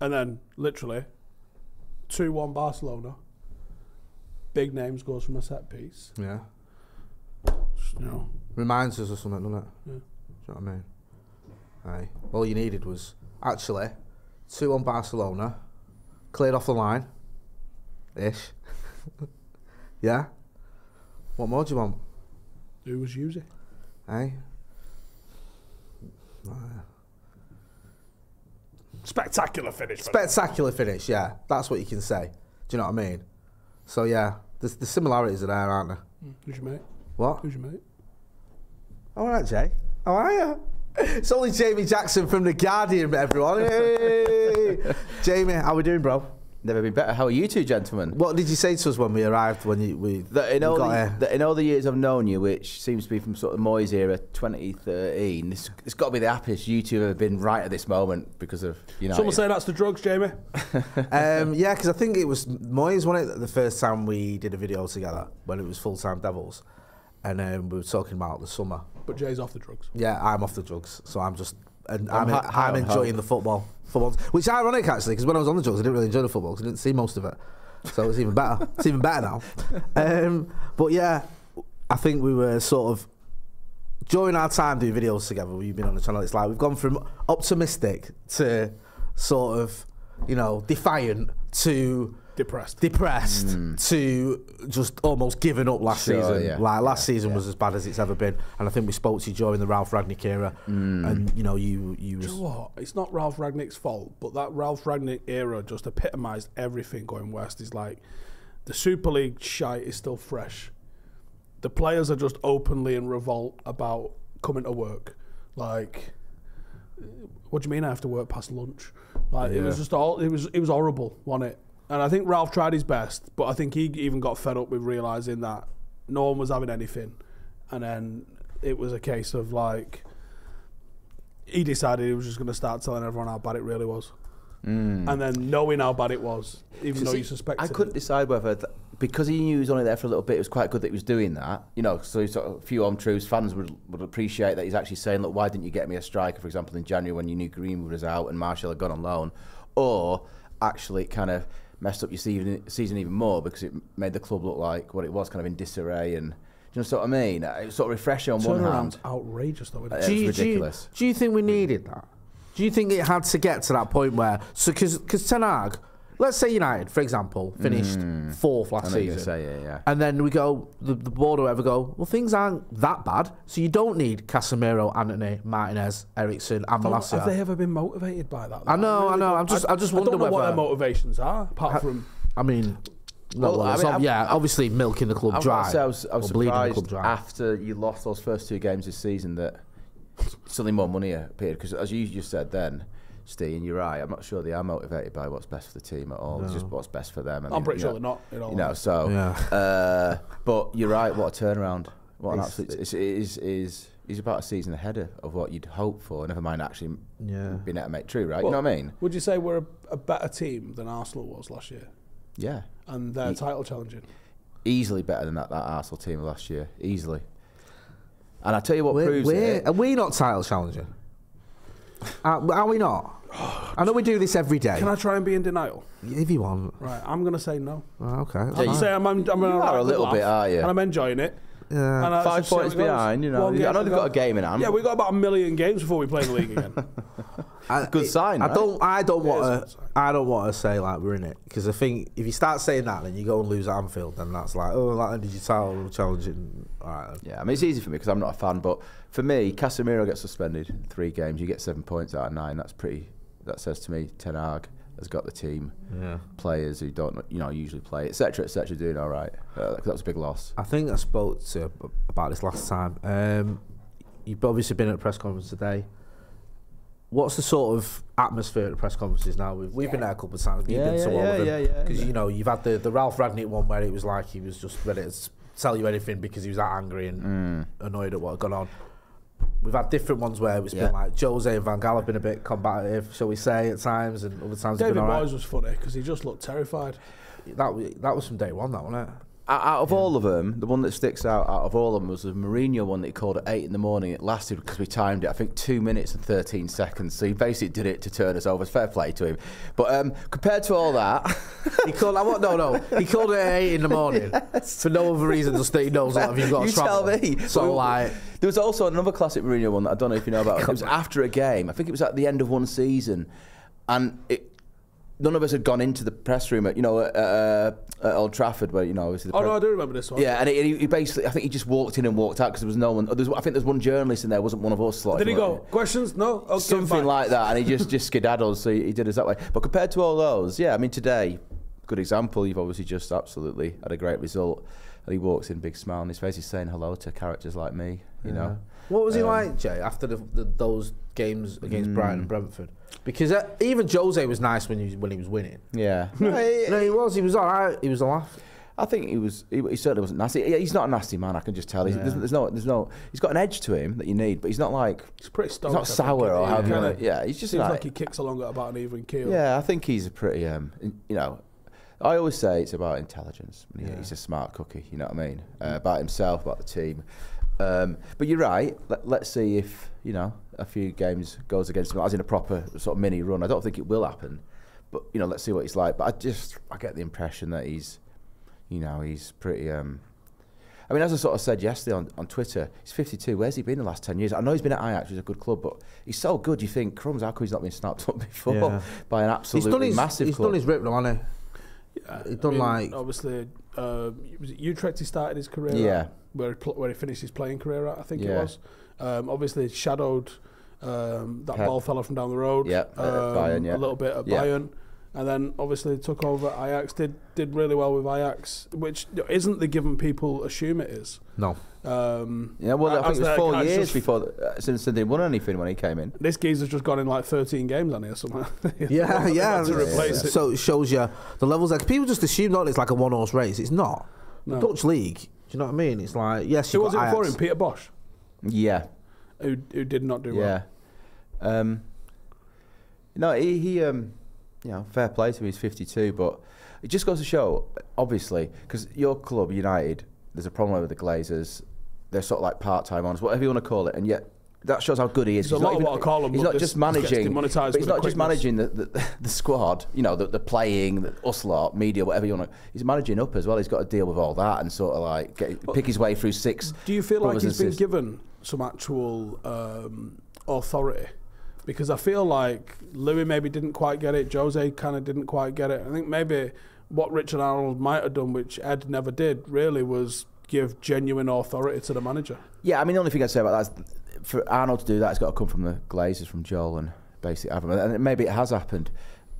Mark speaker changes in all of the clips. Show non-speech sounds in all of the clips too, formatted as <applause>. Speaker 1: And then literally, two one Barcelona. Big names goes from a set piece.
Speaker 2: Yeah.
Speaker 1: You know,
Speaker 2: Reminds us of something, doesn't it? Yeah. Do you know what I mean? Aye. All you needed was actually two on Barcelona, cleared off the line, ish. <laughs> yeah. What more do you want? eh?
Speaker 1: who was using?
Speaker 2: Aye.
Speaker 1: Spectacular finish. man.
Speaker 2: Spectacular finish. Yeah, that's what you can say. Do you know what I mean? So yeah, the, the similarities are there, aren't there?
Speaker 1: Who's your mate?
Speaker 2: What?
Speaker 1: Who's your mate?
Speaker 2: All right, Jay. How are you? <laughs> It's only Jamie Jackson from The Guardian, everyone. Hey! Jamie, how we doing, bro?
Speaker 3: Never been better. How are you two gentlemen?
Speaker 2: What did you say to us when we arrived? When you we
Speaker 3: That in,
Speaker 2: we
Speaker 3: all
Speaker 2: got
Speaker 3: the,
Speaker 2: here?
Speaker 3: that in all the years I've known you, which seems to be from sort of Moyes era 2013, it's, it's got to be the happiest you two have been right at this moment because of, you know.
Speaker 1: Someone say that's the drugs, Jamie.
Speaker 2: um, yeah, because I think it was Moyes won it the first time we did a video together when it was full time Devils, and um, we were talking about the summer.
Speaker 1: But Jay's off the drugs.
Speaker 2: Yeah, I'm off the drugs, so I'm just and I'm
Speaker 3: I'm
Speaker 2: I'm,
Speaker 3: ha- high
Speaker 2: I'm
Speaker 3: on
Speaker 2: enjoying
Speaker 3: hope.
Speaker 2: the football for once, which is ironic actually because when I was on the drugs I didn't really enjoy the football 'cause I didn't see most of it, so it's even better. it's even better
Speaker 3: <laughs>
Speaker 2: now. Um, but yeah, I think we were sort of during our time doing videos together, we've been on the channel. It's like we've gone from optimistic to sort of you know defiant to
Speaker 1: Depressed.
Speaker 2: depressed to just almost giving up last
Speaker 3: Hmm. Sure,
Speaker 2: season.
Speaker 3: yeah.
Speaker 2: Like last season was as bad as it's ever been, and I think we spoke to you during the Ralph Ragnick era,
Speaker 3: Hmm.
Speaker 2: and you know you you was
Speaker 1: You know what? It's not Ralph Ragnick's fault, but that Ralph Ragnick era just epitomised everything going west. Is like the Super League shite is still fresh. The players are just openly in revolt about coming to work. Like, what do you mean I have to work past lunch? Like it was just all it was it was horrible, wasn't it? And I think Ralph tried his best, but I think he even got fed up with realizing that no one was having anything, and then it was a case of like he decided he was just going to start telling everyone how bad it really was.
Speaker 2: Mm.
Speaker 1: And then knowing how bad it was, even though
Speaker 3: See,
Speaker 1: you suspected.
Speaker 3: I couldn't
Speaker 1: it.
Speaker 3: decide whether, th- because he knew he was only there for a little bit, it was quite good that he was doing that. You know, so he's sort of a few on truths. Fans would, would appreciate that he's actually saying, look, why didn't you get me a striker, for example, in January when you knew Greenwood was out and Marshall had gone on loan? Or actually, it kind of messed up your season, season even more because it made the club look like what it was, kind of in disarray. And do you know what I mean? It was sort of refreshing on one hand.
Speaker 1: Turnaround's outrageous, though. Isn't
Speaker 3: Uh,
Speaker 1: it?
Speaker 2: Do you,
Speaker 3: It's
Speaker 2: do you-
Speaker 3: ridiculous. Hmm.
Speaker 2: Do you, think we needed that? Do you think it had to get to that point where so because because Ten Hag, let's say United for example finished fourth last
Speaker 3: Hmm. I know what you're
Speaker 2: season,
Speaker 3: gonna say, yeah, yeah.
Speaker 2: and then we go the, the board or whatever go well things aren't that bad, so you don't need Casemiro, Anthony, Martinez, Ericsson, and
Speaker 1: Have they
Speaker 2: Malacia.
Speaker 1: ever been motivated by that?
Speaker 2: I know, I know,
Speaker 1: don't-
Speaker 2: I'm just- I just wonder
Speaker 1: don't know what
Speaker 2: whether-
Speaker 1: their motivations are, apart from
Speaker 2: I mean. No,
Speaker 3: Well,
Speaker 2: well,
Speaker 3: I
Speaker 2: it's
Speaker 3: mean,
Speaker 2: ob-
Speaker 3: I'm-
Speaker 2: yeah, obviously milking the club
Speaker 3: I was gonna
Speaker 2: dry.
Speaker 3: Say I was, I was
Speaker 2: or bleeding the club
Speaker 3: surprised
Speaker 2: dry.
Speaker 3: after you lost those first two games this season that suddenly more money appeared. Because as you just said then, Steve, and you're right, I'm not sure they are motivated by what's best for the team at all. It's just what's best for them. I mean,
Speaker 1: pretty
Speaker 3: you
Speaker 1: sure
Speaker 3: know-
Speaker 1: they're not, in all
Speaker 3: You know, so.
Speaker 2: Yeah.
Speaker 3: Uh, but you're right, what a turnaround. What an absolute. It's, it is, is, is about a season ahead of, of what you'd hope for, never mind actually
Speaker 2: Yeah.
Speaker 3: being able to make true, right? you know what I mean?
Speaker 1: Would you say we're a, a better team than Arsenal was last year,
Speaker 3: Yeah.
Speaker 1: and they're title challenging?
Speaker 3: Easily better than that, that Arsenal team last year. Easily. And I tell you what
Speaker 2: We're,
Speaker 3: proves
Speaker 2: we're,
Speaker 3: it.
Speaker 2: are we not title challenging? Are, are we not? I know we do this every day.
Speaker 1: Can I try and be in denial?
Speaker 2: if you want.
Speaker 1: Right, I'm going to say no.
Speaker 2: Oh, okay. that's
Speaker 1: I'm
Speaker 2: fine.
Speaker 1: gonna say I'm, I'm, I'm
Speaker 3: You
Speaker 1: gonna
Speaker 3: are a
Speaker 1: have
Speaker 3: little
Speaker 1: laugh,
Speaker 3: bit, are you?
Speaker 1: And I'm enjoying it.
Speaker 2: Yeah.
Speaker 1: And I-
Speaker 3: Five
Speaker 1: so see how
Speaker 3: points
Speaker 1: it goes.
Speaker 3: behind, you know.
Speaker 1: One
Speaker 3: I know
Speaker 1: game
Speaker 3: they've
Speaker 1: to
Speaker 3: got
Speaker 1: go.
Speaker 3: a game in hand. <laughs>
Speaker 1: Yeah, we've got about a million games before we play in the league again.
Speaker 2: I,
Speaker 3: Good sign,
Speaker 2: I
Speaker 3: right?
Speaker 2: don't. I don't
Speaker 1: a
Speaker 2: want
Speaker 1: good
Speaker 2: to.
Speaker 1: sign.
Speaker 2: I don't want to say like we're in it because I think if you start saying that, then you go and lose at Anfield, then that's like oh, that ended your title challenge. And, all right, then.
Speaker 3: Yeah, I mean it's easy for me because I'm not a fan, but for me, Casemiro gets suspended three games. You get seven points out of nine. That's pretty. That says to me, Ten Hag has got the team,
Speaker 2: Yeah.
Speaker 3: players who don't you know usually play, etc. etc. Doing all right. Uh, that was a big loss.
Speaker 2: I think I spoke to you ab- about this last time. Um, you've obviously been at a press conference today. What's the sort of atmosphere at the press conferences now? We've, we've been there a couple of times. You've
Speaker 3: Yeah,
Speaker 2: been to
Speaker 3: yeah,
Speaker 2: all
Speaker 3: yeah,
Speaker 2: of them.
Speaker 3: yeah, yeah,
Speaker 2: Because
Speaker 3: yeah.
Speaker 2: you know you've had the, the Ralph Ragnick one where it was like he was just ready to s- tell you anything because he was that angry and annoyed at what had gone on. We've had different ones where it's
Speaker 3: Yeah.
Speaker 2: been like Jose and Van Gaal have been a bit combative, shall we say, at times, and other times have
Speaker 1: David
Speaker 2: been all
Speaker 1: Moyes
Speaker 2: right.
Speaker 1: was funny because he just looked terrified.
Speaker 2: That, wa- that was from day one, that wasn't it?
Speaker 3: Out, out of all of them, the one that sticks out out of all of them was the Mourinho one that he called at eight in the morning. It lasted because we timed it, I think, two minutes and thirteen seconds. So he basically did it to turn us over. It's fair play to him. But um, compared to all that,
Speaker 2: He called.
Speaker 3: <laughs>
Speaker 2: I what? No, no. He called it at eight in the morning for no other reason just that he knows that you've got
Speaker 3: you
Speaker 2: to travel.
Speaker 3: tell me.
Speaker 2: So
Speaker 3: We-
Speaker 2: like,
Speaker 3: there was also another classic Mourinho one that I don't know if you
Speaker 1: <laughs>
Speaker 3: know about. it was after a game. I think it was at the end of one season, and it. None of us had gone into the press room at you know at, uh, at Old Trafford where you know obviously the
Speaker 1: Oh
Speaker 3: pre-
Speaker 1: no, I do remember this one.
Speaker 3: Yeah, and he, he basically, I think he just walked in and walked out because there was no one. There's, I think there's one journalist in there, wasn't one of us. Like,
Speaker 1: Did he go? Questions? No. Okay,
Speaker 3: Something
Speaker 1: fine.
Speaker 3: like that, and he
Speaker 2: <laughs>
Speaker 3: just just skedaddles. So he, he did us that way. But compared to all those, yeah, I mean today, good example. You've obviously just absolutely had a great result, and he walks in, big smile on his face. He's saying hello to characters like me, you know.
Speaker 2: what was he like, Jay, after the, the, those games against Brighton
Speaker 3: Hmm.
Speaker 2: and Brentford? Because uh, even Jose was nice when he was, when he was winning.
Speaker 3: Yeah,
Speaker 2: No, he was. He was all right. He was a laugh.
Speaker 3: I think he was. He, he certainly wasn't nasty. He- He's not a nasty man. I can just tell. He's, there's, there's no. There's no. He's got an edge to him that you need, but he's not like.
Speaker 1: It's pretty
Speaker 3: He's
Speaker 1: stoic. I
Speaker 3: not
Speaker 1: think,
Speaker 3: sour or
Speaker 1: isn't he?
Speaker 3: however. you
Speaker 1: Kinda
Speaker 3: wanna- Yeah, he's just
Speaker 1: seems
Speaker 3: like,
Speaker 1: like he kicks along at about an even keel.
Speaker 3: Yeah, I think he's a pretty, um, in- you know, I always say it's about intelligence. I mean, He's a smart cookie, you know what I mean? Uh, about himself, about the team. Um, but you're right. Let, let's see if, you know, a few games goes against him, as in a proper sort of mini run. I don't think it will happen. But, you know, let's see what he's like. But I just, I get the impression that he's, you know, he's pretty. Um, I mean, as I sort of said yesterday on, on Twitter, he's 52. Where's he been the last 10 years? I know he's been at Ajax, which is a good club, but he's so good. You think, crumbs, how come he's not been snapped up <laughs> before
Speaker 2: Yeah.
Speaker 3: by an absolutely
Speaker 2: he's done his
Speaker 3: massive
Speaker 2: He's
Speaker 3: club?
Speaker 2: done his rip, though, hasn't he?
Speaker 1: Yeah,
Speaker 2: He done like-
Speaker 1: Uh, obviously uh, was it Utrecht he started his career.
Speaker 3: Yeah.
Speaker 1: at, where he pl- where he finished his playing career at, I think it
Speaker 3: Yeah.
Speaker 1: was. Um, obviously shadowed um, that
Speaker 3: Pep.
Speaker 1: ball fella from down the road.
Speaker 3: Yep,
Speaker 1: um,
Speaker 3: at Bayern, yeah.
Speaker 1: a little bit at
Speaker 3: Yeah.
Speaker 1: Bayern, and then obviously took over at Ajax. Did did really well with Ajax, which isn't the given people assume it is.
Speaker 2: No.
Speaker 1: Um,
Speaker 3: yeah, well, I
Speaker 1: as
Speaker 3: think it was
Speaker 1: the-
Speaker 3: four
Speaker 1: as
Speaker 3: years
Speaker 1: just-
Speaker 3: before th- uh, since they won anything when he came in.
Speaker 1: This geezer's just gone in like 13 games on here somewhere.
Speaker 2: <laughs>
Speaker 1: <laughs>
Speaker 2: Yeah, yeah.
Speaker 1: To replace it.
Speaker 2: So it shows you the levels. Like people just assume that it's like a one horse race. It's not. The Dutch league. Do you know what I mean? It's like yes,
Speaker 1: Who
Speaker 2: you
Speaker 1: was it
Speaker 2: got
Speaker 1: before
Speaker 2: Ajax.
Speaker 1: him? Peter Bosch,
Speaker 3: Yeah,
Speaker 1: who who did not do well.
Speaker 3: yeah. Um, no, he, he um, you know, fair play to him. He's 52, but it just goes to show, obviously, because your club, United, there's a problem with the Glazers. They're sort of like part-time owners, whatever you want to call it, and yet that shows how good he is.
Speaker 1: There's a lot of what I call 'em,
Speaker 3: He's
Speaker 1: but
Speaker 3: not
Speaker 1: this
Speaker 3: just
Speaker 1: gets
Speaker 3: managing.
Speaker 1: demonetised
Speaker 3: but
Speaker 1: with
Speaker 3: he's
Speaker 1: the
Speaker 3: not
Speaker 1: quickness.
Speaker 3: just managing. managing the, the, the squad, you know, the, the playing, the, us lot, media, whatever you want to. He's managing up as well. He's got to deal with all that and sort of like get, pick his way through six.
Speaker 1: Do you feel like
Speaker 3: brothers and
Speaker 1: he's been
Speaker 3: sisters.
Speaker 1: given some actual um, authority? Because I feel like Louis maybe didn't quite get it. Jose kind of didn't quite get it. I think maybe what Richard Arnold might have done, which Ed never did, really was give genuine authority to the manager.
Speaker 3: Yeah, I mean, the only thing I'd say about that is for Arnold to do that, it's got to come from the Glazers, from Joel, and basically Avram. And it- maybe it has happened,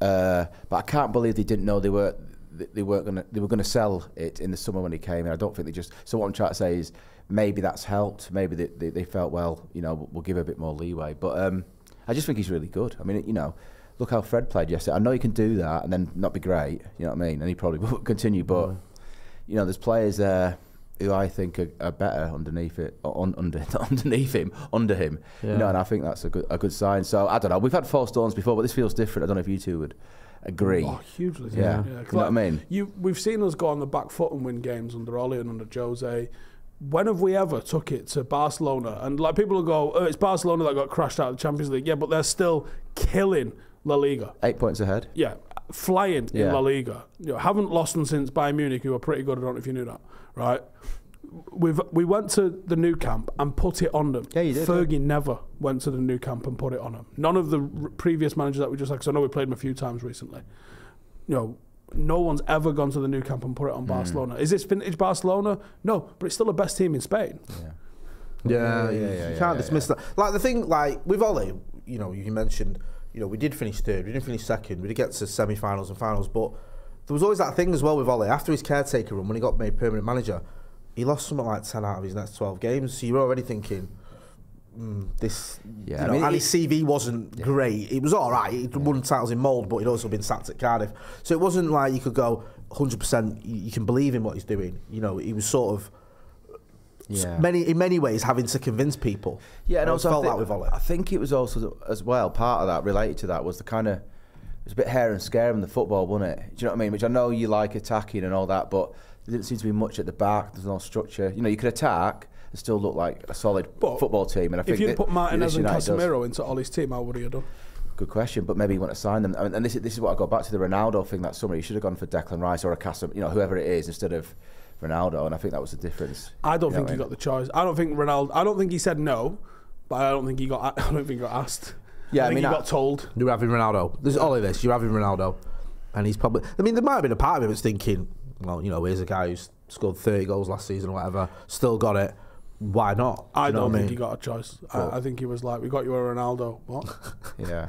Speaker 3: uh, but I can't believe they didn't know they were th- they weren't gonna they were gonna sell it in the summer when he came in. I don't think they just. So what I'm trying to say is maybe that's helped. Maybe they, they, they felt well, you know, we'll we'll give a bit more leeway. But um, I just think he's really good. I mean, you know. Look how Fred played yesterday. I know he can do that and then not be great. You know what I mean? And he probably <laughs> will continue. But you know, there's players there who I think are, are better underneath it, or on, under <laughs> not underneath him, under him. You know, and I think that's a good a good sign. So I don't know. We've had false dawns before, but this feels different. I don't know if you two would agree.
Speaker 1: Oh, hugely.
Speaker 3: Yeah.
Speaker 1: different, 'cause
Speaker 3: You know what I mean?
Speaker 1: You, we've seen us go on the back foot and win games under Oli and under Jose. When have we ever took it to Barcelona? And like people will go, oh, it's Barcelona that got crashed out of the Champions League. Yeah, but they're still killing La Liga.
Speaker 3: Eight points ahead.
Speaker 1: Yeah, flying in
Speaker 3: Yeah.
Speaker 1: La Liga. You know, haven't lost them since Bayern Munich, who were pretty good. I don't know if you knew that, right? We've, we went to the new camp and put it on them.
Speaker 3: Yeah, you did,
Speaker 1: Fergie never went to the new camp and put it on them. None of the r- previous managers that we just had, 'cause I know we played them a few times recently. You know, no one's ever gone to the new camp and put it
Speaker 3: Mm.
Speaker 1: on Barcelona. Is this vintage Barcelona? No, but it's still the best team in Spain.
Speaker 2: Yeah,
Speaker 3: yeah,
Speaker 2: you,
Speaker 3: yeah,
Speaker 2: you
Speaker 3: yeah,
Speaker 2: can't
Speaker 3: yeah,
Speaker 2: dismiss that. Like the thing, like with Ollie, you know, you mentioned, you know, we did finish third, we didn't finish second, we did get to semi-finals and finals, but there was always that thing as well with Ollie after his caretaker run when he got made permanent manager, he lost something like ten out of his next twelve games. So you're already thinking. Mm, this,
Speaker 3: Yeah,
Speaker 2: you
Speaker 3: I
Speaker 2: know,
Speaker 3: mean,
Speaker 2: and
Speaker 3: it-
Speaker 2: his CV wasn't great. It was all right. He'd won titles in mould, but he'd also been sacked at Cardiff. So it wasn't like you could go 100%. You, you can believe in what he's doing. You know, he was sort of
Speaker 3: Yeah.
Speaker 2: many in many ways having to convince people.
Speaker 3: Yeah, and
Speaker 2: I
Speaker 3: also
Speaker 2: felt
Speaker 3: I thi-
Speaker 2: that with Ollie.
Speaker 3: I think it was also th- as well part of that related to that was the kind of it was a bit hair and scare in the football, wasn't it? Do you know what I mean? Which I know you like attacking and all that, but there didn't seem to be much at the back. There's no structure. You know, you could attack and still look like a solid
Speaker 1: But
Speaker 3: football team. And I
Speaker 1: If
Speaker 3: think
Speaker 1: you'd
Speaker 3: that-
Speaker 1: put Martinez
Speaker 3: this
Speaker 1: and
Speaker 3: United does.
Speaker 1: Casemiro into Ollie's team, how would he have done?
Speaker 3: Good question, but maybe you want to sign them. I mean, and this is, this is what I go back to the Ronaldo thing that summer. You should have gone for Declan Rice or a Casem, you know, whoever it is, instead of Ronaldo. And I think that was the difference.
Speaker 1: I don't
Speaker 3: You know
Speaker 1: think
Speaker 3: what
Speaker 1: he
Speaker 3: I mean?
Speaker 1: got the choice. I don't think Ronaldo. I don't think he said no, but I don't think he got. <laughs> I don't think he got asked.
Speaker 3: Yeah,
Speaker 1: I
Speaker 3: I
Speaker 1: think
Speaker 3: mean,
Speaker 1: he
Speaker 3: I-
Speaker 1: got told.
Speaker 2: You're having Ronaldo. There's Ollie this. You're having Ronaldo, and he's probably. I mean, there might have been a part of him that's thinking, well, you know, here's a guy who's scored 30 goals last season or whatever, still got it. Why not?
Speaker 1: I
Speaker 2: You know
Speaker 1: don't
Speaker 2: what
Speaker 1: think
Speaker 2: mean?
Speaker 1: he got a choice. I, I think he was like, "We got you a Ronaldo." What?
Speaker 3: Yeah.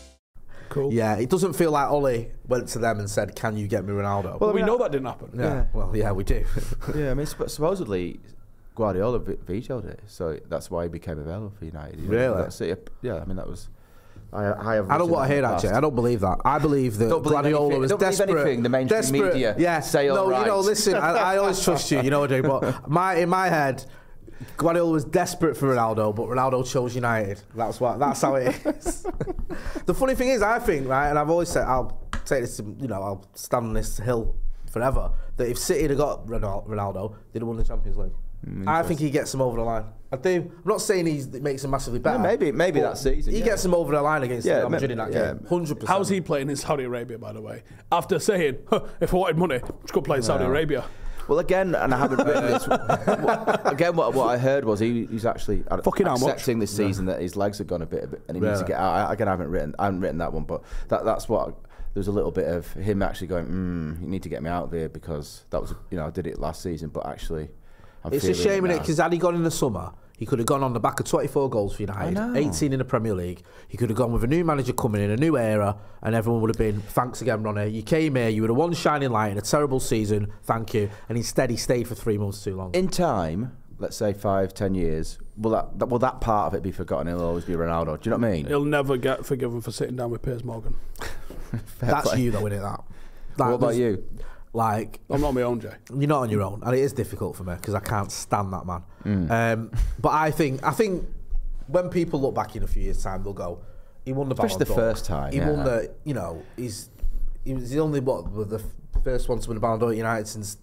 Speaker 1: Cool.
Speaker 2: Yeah, it doesn't feel like Ollie went to them and said, "Can you get me Ronaldo?"
Speaker 1: Well, we know that didn't happen.
Speaker 2: yeah. Well, yeah, we do. <laughs>
Speaker 3: Yeah, I mean, sup- supposedly Guardiola v- vetoed it, so that's why he became available for United. you know,
Speaker 2: Really?
Speaker 3: That's it. Yeah, I mean, that was. I, I, have
Speaker 2: I don't want to hear that, Jay. I don't believe that. I believe that
Speaker 3: Don't believe
Speaker 2: Guardiola
Speaker 3: anything-
Speaker 2: was
Speaker 3: don't believe
Speaker 2: desperate.
Speaker 3: anything the mainstream
Speaker 2: desperate,
Speaker 3: media
Speaker 2: yeah.
Speaker 3: say or
Speaker 2: No, you know,
Speaker 3: write.
Speaker 2: listen, I, I always trust you. You know what I do,
Speaker 3: <laughs>
Speaker 2: but my in my head, Guardiola was desperate for Ronaldo, but Ronaldo chose United. That's what. That's how it is. <laughs> the funny thing is, I think right, and I've always said I'll take this. to- You know, I'll stand on this hill forever. That if City had got Ronal- Ronaldo, they'd have won the Champions League.
Speaker 3: Hmm,
Speaker 2: I think he gets them over the line. I do. I'm not saying he's, he makes them massively better.
Speaker 3: maybe- maybe
Speaker 2: but
Speaker 3: that season,
Speaker 2: He
Speaker 3: yeah.
Speaker 2: gets them over the line against
Speaker 3: Yeah,
Speaker 2: Real Madrid in
Speaker 3: ma-
Speaker 2: that
Speaker 3: yeah.
Speaker 2: game. Hundred percent.
Speaker 1: How's he playing in Saudi Arabia, by the way? After saying, huh, "If I wanted money, just go play in Saudi Arabia."
Speaker 3: Well, again, and I haven't
Speaker 2: <laughs>
Speaker 3: written this. what- again, what, what I heard was he, he's actually ad-
Speaker 1: Fucking how much?
Speaker 3: accepting this season that his legs have gone a bit, a bit and he needs to get out. I, again, I haven't written, I haven't written that one, but that, that's what. there was a little bit of him actually going, mm, "You need to get me out of here because that was, you know, I did it last season, but actually, I'm
Speaker 2: It's a
Speaker 3: feeling
Speaker 2: shame,
Speaker 3: it
Speaker 2: in it?
Speaker 3: now."
Speaker 2: Because had he gone in the summer, he could have gone on the back of 24 goals for United, 18 in the Premier League. He could have gone with a new manager coming in, a new era, and everyone would have been, thanks again, Ronnie. You came here, you were the one shining light in a terrible season, thank you. And instead, he stayed for three months too long.
Speaker 3: in time, let's say five, ten years, will that, that will that part of it be forgotten? It'll always be Ronaldo. Do you know what I mean?
Speaker 1: He'll never get forgiven for sitting down with Piers Morgan.
Speaker 2: That's you, though, innit? That. Like,
Speaker 3: what about
Speaker 2: there's-
Speaker 3: you?
Speaker 2: Like,
Speaker 1: I'm not my own Jay.
Speaker 2: you're not on your own, and it is difficult for me because I can't stand that man.
Speaker 3: Mm.
Speaker 2: Um, but I think I think when people look back in a few years' time, they'll go, "He won the Ballon
Speaker 3: Especially the
Speaker 2: d'Or.
Speaker 3: first time,
Speaker 2: He
Speaker 3: yeah.
Speaker 2: won the, you know, he's he was the only what the f- first one to win the Ballon d'Or at United since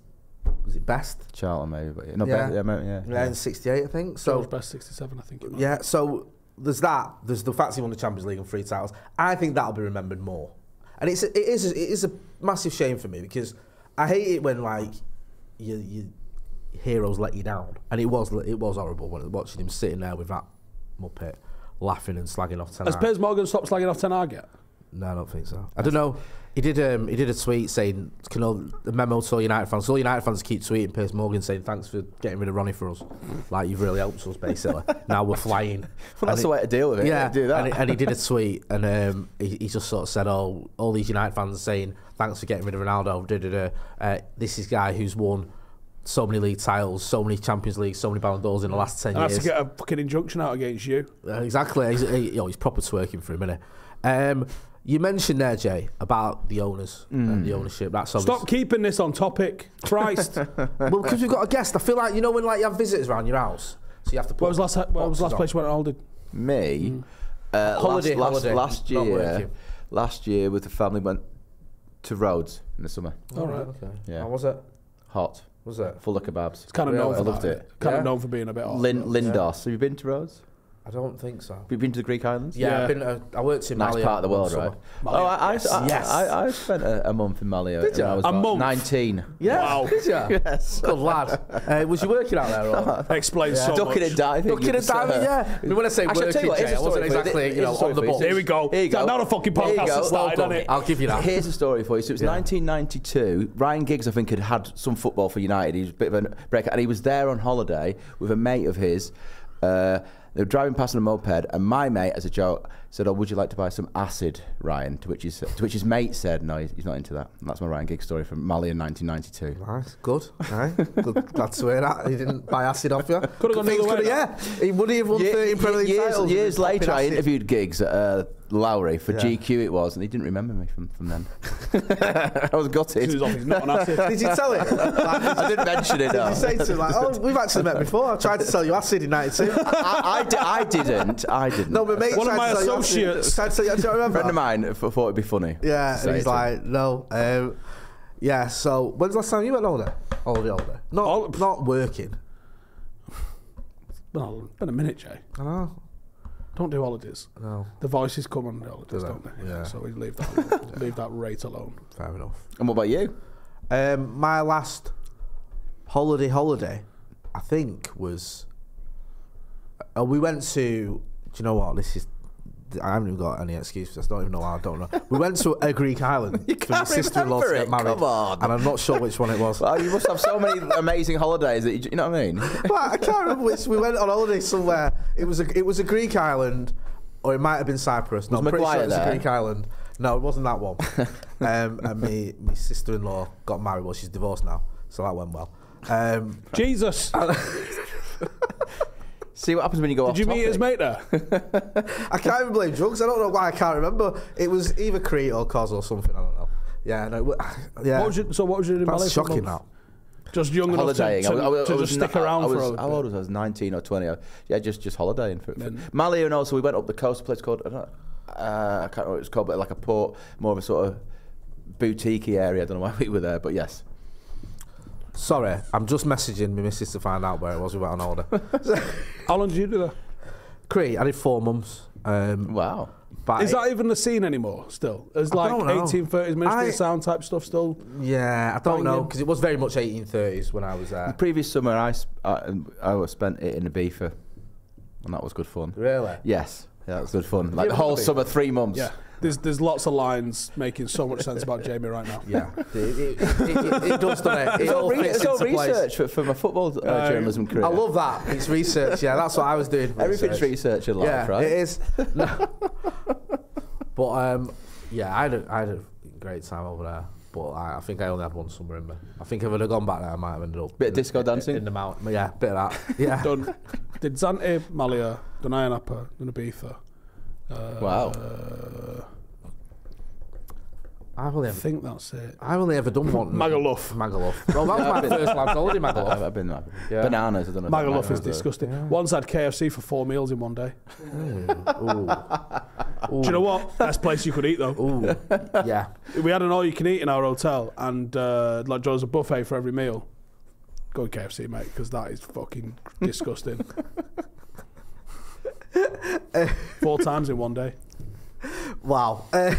Speaker 2: was it best?
Speaker 3: Charlton, maybe. But no, yeah. yeah, maybe, yeah.
Speaker 2: in '68, I think.
Speaker 1: That
Speaker 2: So
Speaker 1: was best 67, I think. It was.
Speaker 2: yeah, so there's that. There's the fact he won the Champions League and three titles. I think that'll be remembered more. And it's it is it is a massive shame for me because I hate it when like your your heroes let you down. And it was it was horrible when watching him sitting there with that muppet laughing and slagging off
Speaker 1: Has
Speaker 2: tonight.
Speaker 1: Piers Morgan stopped slagging off Ten Hag yet?
Speaker 2: No, I don't think so. I don't know. He did. Um, he did a tweet saying, "Can all the memo to all United fans? All United fans keep tweeting Piers Morgan saying thanks for getting rid of Ronnie for us. Like you've really helped us,
Speaker 3: <laughs>
Speaker 2: basically. now we're flying.
Speaker 3: Well, that's
Speaker 2: And
Speaker 3: the way to deal with it,
Speaker 2: Yeah,
Speaker 3: do that.
Speaker 2: And, he- and he
Speaker 3: <laughs>
Speaker 2: did a tweet, and um, he, he just sort of said, "Oh, all these United fans are saying thanks for getting rid of Ronaldo. Da, da, da. Uh, this is guy who's won." So many league titles, so many Champions League, so many Ballon d'Ors in the last ten
Speaker 1: And I have
Speaker 2: years.
Speaker 1: to get a fucking injunction out against you.
Speaker 2: Uh, exactly. He's, he, you know, he's proper twerking for a minute. Um, You mentioned there, Jay, about the owners
Speaker 3: Mm.
Speaker 2: and the ownership. That's obvious.
Speaker 1: Stop keeping this on topic. Christ. what
Speaker 2: Well, because we've got a guest, I feel like you know when like you have visitors around your house, so you have to. Put
Speaker 1: was last? What was
Speaker 2: boxes
Speaker 1: the last
Speaker 2: on.
Speaker 1: place you went on holiday?
Speaker 3: Me, uh,
Speaker 2: Mm. Holiday,
Speaker 3: last,
Speaker 2: holiday,
Speaker 3: last, last
Speaker 2: not
Speaker 3: year,
Speaker 2: working.
Speaker 3: last year with the family went to Rhodes in the summer.
Speaker 1: All right.
Speaker 2: Okay.
Speaker 3: Yeah.
Speaker 2: How was it?
Speaker 3: Hot,
Speaker 2: Was it?
Speaker 3: full of kebabs. It's
Speaker 1: Kind of known
Speaker 3: I
Speaker 1: for
Speaker 3: loved
Speaker 1: that,
Speaker 3: it.
Speaker 1: innit? Kind
Speaker 2: Yeah.
Speaker 1: of known for being a bit off.
Speaker 3: Lin, Lindos. Have you been to Rhodes?
Speaker 2: I don't think so.
Speaker 3: Have you been to the Greek islands?
Speaker 2: Yeah,
Speaker 1: Yeah.
Speaker 2: I've been. Uh, I worked in
Speaker 3: Nice
Speaker 2: Malia
Speaker 3: part of the
Speaker 2: one
Speaker 3: world,
Speaker 2: summer.
Speaker 3: right? oh, I, I, I,
Speaker 2: Yes.
Speaker 3: I, I spent a, a month in Malia. Did
Speaker 2: you?
Speaker 3: I was
Speaker 1: A
Speaker 3: about
Speaker 1: month?
Speaker 3: 19.
Speaker 2: Yeah.
Speaker 1: Wow.
Speaker 2: <laughs> Did you?
Speaker 3: <laughs>
Speaker 2: Yes. Good lad. Uh, was you working out there? Or?
Speaker 1: Explains so
Speaker 3: Ducking
Speaker 1: much.
Speaker 3: and diving.
Speaker 2: Ducking and diving, yeah. I mean, when I say
Speaker 3: uh, Actually, I'll tell you
Speaker 2: working,
Speaker 3: what, here's
Speaker 2: Jay,
Speaker 3: a
Speaker 2: I wasn't
Speaker 3: story for
Speaker 2: exactly,
Speaker 3: Here's
Speaker 2: you know,
Speaker 3: a story
Speaker 2: on the
Speaker 3: for
Speaker 2: ball.
Speaker 1: Here we go.
Speaker 3: Here you go.
Speaker 1: Now the fucking
Speaker 3: Here you
Speaker 1: podcast
Speaker 3: go.
Speaker 1: has started,
Speaker 3: Well done.
Speaker 1: hasn't it?
Speaker 2: I'll give you that.
Speaker 3: Here's a story for you. So it was 1992. Ryan Giggs, I think, had had some football for United. He was a bit of a breakout, and he was there on holiday with a mate of his. Uh, they were driving past on a moped, and my mate, as a joke, said, "Oh, would you like to buy some acid, Ryan?" To which his, to which his mate said, "No, he's he's not into that." And that's my Ryan Giggs story from Mali in 1992.
Speaker 2: Nice, good. Aye. good. Glad to hear that. He didn't buy acid
Speaker 1: <laughs>
Speaker 2: off you. Could
Speaker 1: gone the other way,
Speaker 2: Yeah, he would he have won
Speaker 3: Ye-
Speaker 2: 13 Premier League
Speaker 3: years,
Speaker 2: titles.
Speaker 3: years
Speaker 2: with popping
Speaker 3: later, I
Speaker 2: acid?
Speaker 3: interviewed Giggs at uh, Lowry for
Speaker 2: Yeah.
Speaker 3: GQ. It was, and he didn't remember me from,
Speaker 2: <laughs>
Speaker 3: from then. <laughs> I was
Speaker 1: This
Speaker 3: gutted.
Speaker 1: is off, he's not an acid.
Speaker 2: Did you tell
Speaker 3: <laughs>
Speaker 2: it? Like,
Speaker 3: I didn't mention it. no.
Speaker 2: did you say to him, like, oh, we've actually met before. I tried to sell you acid in 92.
Speaker 3: I, I, di- I didn't.
Speaker 2: <laughs>
Speaker 3: I didn't.
Speaker 2: No, but mate,
Speaker 1: One of
Speaker 2: tried
Speaker 1: my
Speaker 2: to sell
Speaker 1: associates-
Speaker 2: you Acid, tried to sell you, do you
Speaker 3: a
Speaker 2: remember?
Speaker 3: friend of mine f- thought it'd be funny.
Speaker 2: Yeah,
Speaker 3: to
Speaker 2: and
Speaker 3: say
Speaker 2: he's
Speaker 3: to him.
Speaker 2: like, no. Um, yeah, so when's the last time you went older? Older, older. Not,
Speaker 1: Ol-
Speaker 2: not working.
Speaker 1: Well, it's been a minute, Jay.
Speaker 2: I know.
Speaker 1: Don't do holidays.
Speaker 2: No,
Speaker 1: The voices come on holidays,
Speaker 2: Do
Speaker 1: don't
Speaker 2: they?
Speaker 1: they?
Speaker 2: Yeah.
Speaker 1: So we leave that <laughs> alone. leave that rate alone.
Speaker 2: fair enough.
Speaker 3: and what about you?
Speaker 2: Um, my last holiday holiday, I think was. Uh, we went to. Do you know what? This is. I haven't even got any excuse for this. I don't even know. why, I don't know. We went to a Greek
Speaker 3: <laughs>
Speaker 2: island you for my
Speaker 3: can't
Speaker 2: sister-in-law to
Speaker 3: remember
Speaker 2: get
Speaker 3: it,
Speaker 2: married,
Speaker 3: come on.
Speaker 2: and I'm not sure which one it was.
Speaker 3: Well, you must have so many <laughs> amazing holidays that you, j- you know what I mean.
Speaker 2: But I can't remember which. We went on holiday somewhere. It was a it was a Greek island, or it might have been Cyprus. No,
Speaker 3: Was
Speaker 2: I'm pretty sure
Speaker 3: Maguire
Speaker 2: it was a
Speaker 3: there?
Speaker 2: Greek island. No, it wasn't that one. um, and me, my sister-in-law got married. Well, she's divorced now, so that went well. Um,
Speaker 1: Jesus, did
Speaker 3: See what happens when you go off.
Speaker 1: you meet his mate
Speaker 3: topic.
Speaker 1: there?
Speaker 2: I can't even blame drugs. I don't know why I can't remember. It was either Crete or Cos or something. I don't know. Yeah, no, it wa- <sighs> yeah.
Speaker 1: What was you, so what was you doing? in Bali
Speaker 2: That's
Speaker 1: for a
Speaker 2: shocking.
Speaker 1: month?
Speaker 2: That
Speaker 1: Just young enough to,
Speaker 3: Holidaying.
Speaker 1: to,
Speaker 3: I was- I was-
Speaker 1: to
Speaker 3: I was
Speaker 1: just
Speaker 3: na-
Speaker 1: stick around
Speaker 3: I was,
Speaker 1: for a
Speaker 3: How
Speaker 1: bit.
Speaker 3: old was I? I was 19 or 20. I, yeah, just just holidaying. For, for Mali and also we went up the coast, a place called, I, don't, uh, I can't remember what it's called, but like a port, more of a sort of boutique area. I don't know why <laughs> we were there, but yes.
Speaker 2: Sorry, I'm just messaging my missus to find out where it was. We went on holiday.
Speaker 1: How long did you do that? Is
Speaker 2: Crete. I did four months. Um,
Speaker 3: Wow.
Speaker 2: but it-
Speaker 1: that even the scene anymore? Still, is
Speaker 2: I
Speaker 1: like
Speaker 2: don't know.
Speaker 1: 1830s Ministry
Speaker 2: I-
Speaker 1: of Sound type stuff still.
Speaker 2: Yeah, I don't know
Speaker 1: Banging.
Speaker 2: because it was very much 1830s when I was there.
Speaker 3: Previous summer, I, sp- I, um, I was spent it in Ibiza, and that was good fun.
Speaker 2: Really?
Speaker 3: Yes, yeah, that was good fun. Like
Speaker 2: Yeah,
Speaker 3: the whole
Speaker 2: probably.
Speaker 3: summer, three months.
Speaker 1: Yeah, there's there's lots of lines making so much sense about Jamie right now.
Speaker 2: Yeah, it, it, it, it, it does, doesn't it? It
Speaker 3: It's all,
Speaker 2: all
Speaker 3: re-
Speaker 2: fits
Speaker 3: it's all
Speaker 2: into place.
Speaker 3: research for, for my football uh, journalism career.
Speaker 2: I love that. It's research. Yeah, that's what I was doing.
Speaker 3: everything's research in life,
Speaker 2: yeah,
Speaker 3: right?
Speaker 2: it
Speaker 3: <laughs>
Speaker 2: is. No. but um, yeah, I had a, I had a great time over there. But I, I think I only had one summer in me. I think if I'd have gone back there, I might have ended up
Speaker 3: Bit of disco
Speaker 2: in,
Speaker 3: dancing?
Speaker 2: in the mountain. Yeah, bit of
Speaker 3: <laughs>
Speaker 2: that. Yeah,
Speaker 1: Done. Did Zante, Malia, Donayan Upper, and Ibiza. Uh,
Speaker 3: Wow.
Speaker 1: Uh,
Speaker 2: I've only
Speaker 1: I
Speaker 2: ever,
Speaker 1: think that's it.
Speaker 2: I've only ever done
Speaker 3: <laughs>
Speaker 2: one.
Speaker 1: Magaluf.
Speaker 2: Magaluf. Well, that was my first last holiday. Magaluf.
Speaker 3: I've, I've been there. Bananas. I don't know. about
Speaker 1: Magaluf is
Speaker 3: bananas, but-
Speaker 1: disgusting. Once had KFC for four meals in one day.
Speaker 2: Ooh.
Speaker 1: Do you know what? Best place you could eat though.
Speaker 2: Ooh. yeah.
Speaker 1: We had an all you can eat in our hotel, and uh, like there was a buffet for every meal. Go on KFC, mate, because that is fucking
Speaker 2: <laughs>
Speaker 1: disgusting. Four times in one day.
Speaker 2: Wow. Uh,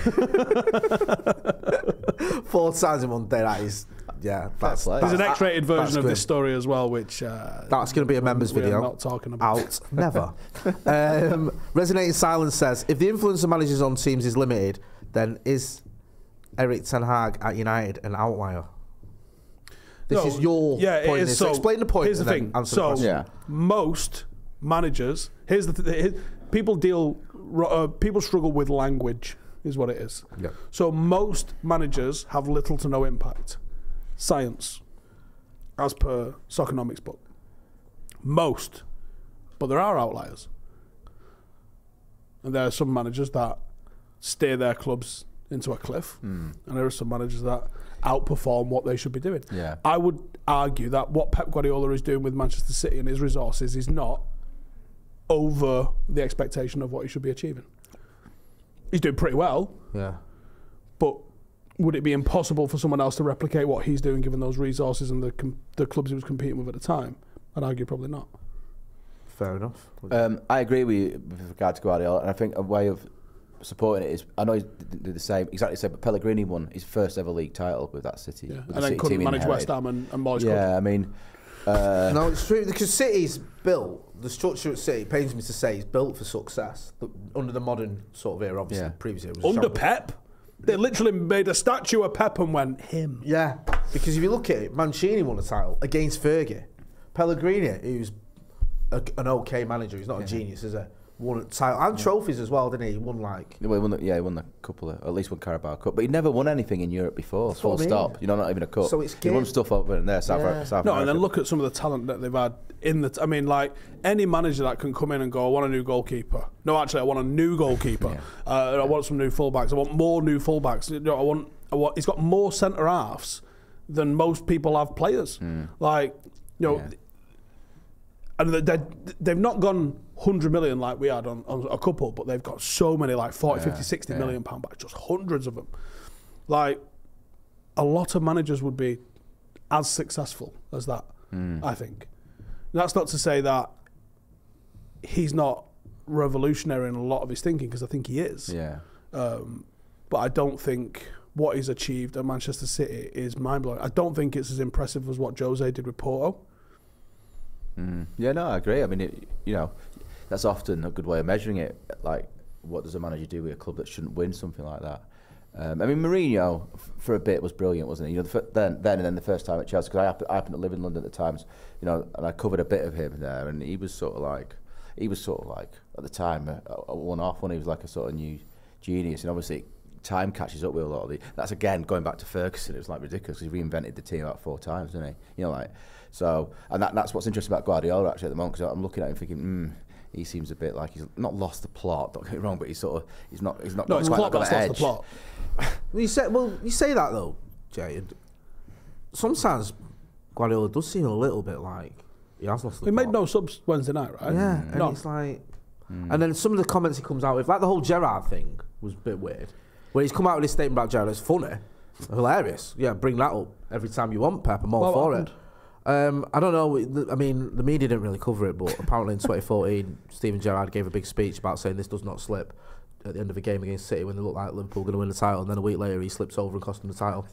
Speaker 2: Four times in one day. That is. Yeah. That's
Speaker 3: play.
Speaker 2: that's-
Speaker 1: There's an X-rated
Speaker 2: that's
Speaker 1: version of
Speaker 2: grim.
Speaker 1: this story as well, which uh,
Speaker 2: That's going to be a members
Speaker 1: we
Speaker 2: video.
Speaker 1: are not talking about. <laughs>
Speaker 2: out never. um, Resonating Silence says if the influence of managers on teams is limited, then is Eric Ten Hag at United an outlier? This
Speaker 1: No,
Speaker 2: is your
Speaker 1: yeah,
Speaker 2: point.
Speaker 1: It is.
Speaker 2: So, explain the point.
Speaker 1: Here's the
Speaker 2: and
Speaker 1: thing.
Speaker 2: then answer the
Speaker 1: so
Speaker 2: question.
Speaker 3: Yeah.
Speaker 1: most managers. Here's the th- here- people deal. ro- Uh, people struggle with language. Is what it is.
Speaker 2: Yeah.
Speaker 1: So most managers have little to no impact. Science, as per Soconomics book. Most, but there are outliers, and there are some managers that steer their clubs into a cliff.
Speaker 3: Hmm.
Speaker 1: And there are some managers that outperform what they should be doing.
Speaker 3: Yeah.
Speaker 1: I would argue that what Pep Guardiola is doing with Manchester City and his resources is not over the expectation of what he should be achieving. He's doing pretty well,
Speaker 2: Yeah.
Speaker 1: but would it be impossible for someone else to replicate what he's doing given those resources and the com- the clubs he was competing with at the time? I'd argue probably not.
Speaker 2: Fair enough.
Speaker 3: Um, I agree with you with regard to Guardiola, and I think a way of supporting it is I know he did the same exactly the same, but Pellegrini won his first ever league title with that City, with the
Speaker 1: And then
Speaker 3: City
Speaker 1: couldn't
Speaker 3: team he
Speaker 1: manage West
Speaker 3: inherited.
Speaker 1: Ham and, and Moyes could.
Speaker 3: Yeah, I mean, Uh,
Speaker 2: no, it's true because City's built the structure at City. It pains me to say, is built for success the, under the modern sort of era. Obviously,
Speaker 3: Yeah.
Speaker 2: previous era was
Speaker 1: Under
Speaker 2: shambles.
Speaker 1: Pep, they literally made a statue of Pep and went him.
Speaker 2: Yeah, because if you look at it, Mancini won a title against Fergie. Pellegrini, who's a, an okay manager, he's not a genius, is a won a title and trophies as well, didn't he? He won like
Speaker 3: well, he won the, yeah, he won the couple of at least one Carabao Cup, but he never won anything in Europe before.
Speaker 2: what
Speaker 3: Full
Speaker 2: I mean.
Speaker 3: stop. You know, not even a cup.
Speaker 2: So it's
Speaker 3: he won
Speaker 2: game-
Speaker 3: stuff over in there, South,
Speaker 2: Yeah.
Speaker 3: South
Speaker 1: No, and
Speaker 3: America.
Speaker 1: then look at some of the talent that they've had in the. T- I mean, like any manager that can come in and go, I want a new goalkeeper. No, actually, I want a new goalkeeper. uh, I want some new fullbacks. I want more new fullbacks. You know, I want. I want he's got more centre halves than most people have players.
Speaker 3: Hmm.
Speaker 1: Like, you know, and they- they they've not gone 100 million like we had on, on a couple, but they've got so many like 40, 50, 60 million pound backs, just hundreds of them. Like, a lot of managers would be as successful as that,
Speaker 2: Hmm.
Speaker 1: I think. And that's not to say that he's not revolutionary in a lot of his thinking, because I think he is.
Speaker 3: yeah.
Speaker 1: But I don't think what he's achieved at Manchester City is mind blowing. I don't think it's as impressive as what Jose did with Porto.
Speaker 3: Yeah, no, I agree. I mean, it, you know, that's often a good way of measuring it. Like, what does a manager do with a club that shouldn't win something like that? Um, I mean, Mourinho f- for a bit was brilliant, wasn't he? You know, the, fir- then, then and then the first time at Chelsea because I, happen, I happened to live in London at the times, you know, and I covered a bit of him there, and he was sort of like, he was sort of like at the time a, a one-off one. He was like a sort of new genius, and obviously time catches up with a lot of the. That's again going back to Ferguson. It was like ridiculous. 'cause He reinvented the team about four times, didn't he? You know, like so. And that, that's what's interesting about Guardiola actually at the moment because I'm looking at him thinking, hmm, he seems a bit like he's not lost the plot. Don't get me wrong, but he's sort of he's not he's not
Speaker 1: No,
Speaker 3: got
Speaker 1: it's
Speaker 3: quite
Speaker 1: Klopp
Speaker 3: got
Speaker 1: that's
Speaker 3: that
Speaker 1: lost the
Speaker 3: edge.
Speaker 1: plot.
Speaker 2: Well, you say well, you say that though, Jay. and Sometimes Guardiola does seem a little bit like he has lost. The
Speaker 1: He made
Speaker 2: plot.
Speaker 1: no subs Wednesday night, right?
Speaker 2: Yeah, and
Speaker 1: No.
Speaker 2: it's like, and then some of the comments he comes out with, like the whole Gerard thing, was a bit weird. Where he's come out with this statement about Gerard, it's funny, hilarious. Yeah, bring that up every time you want, Pep. I'm all
Speaker 1: Well,
Speaker 2: for
Speaker 1: what
Speaker 2: it. Um, I don't know. it- I mean, the media didn't really cover it, but apparently in 2014, Stephen Gerrard gave a big speech about saying this does not slip at the end of a game against City when they looked like Liverpool going to win the title, and then a week later he slips over and cost them the title.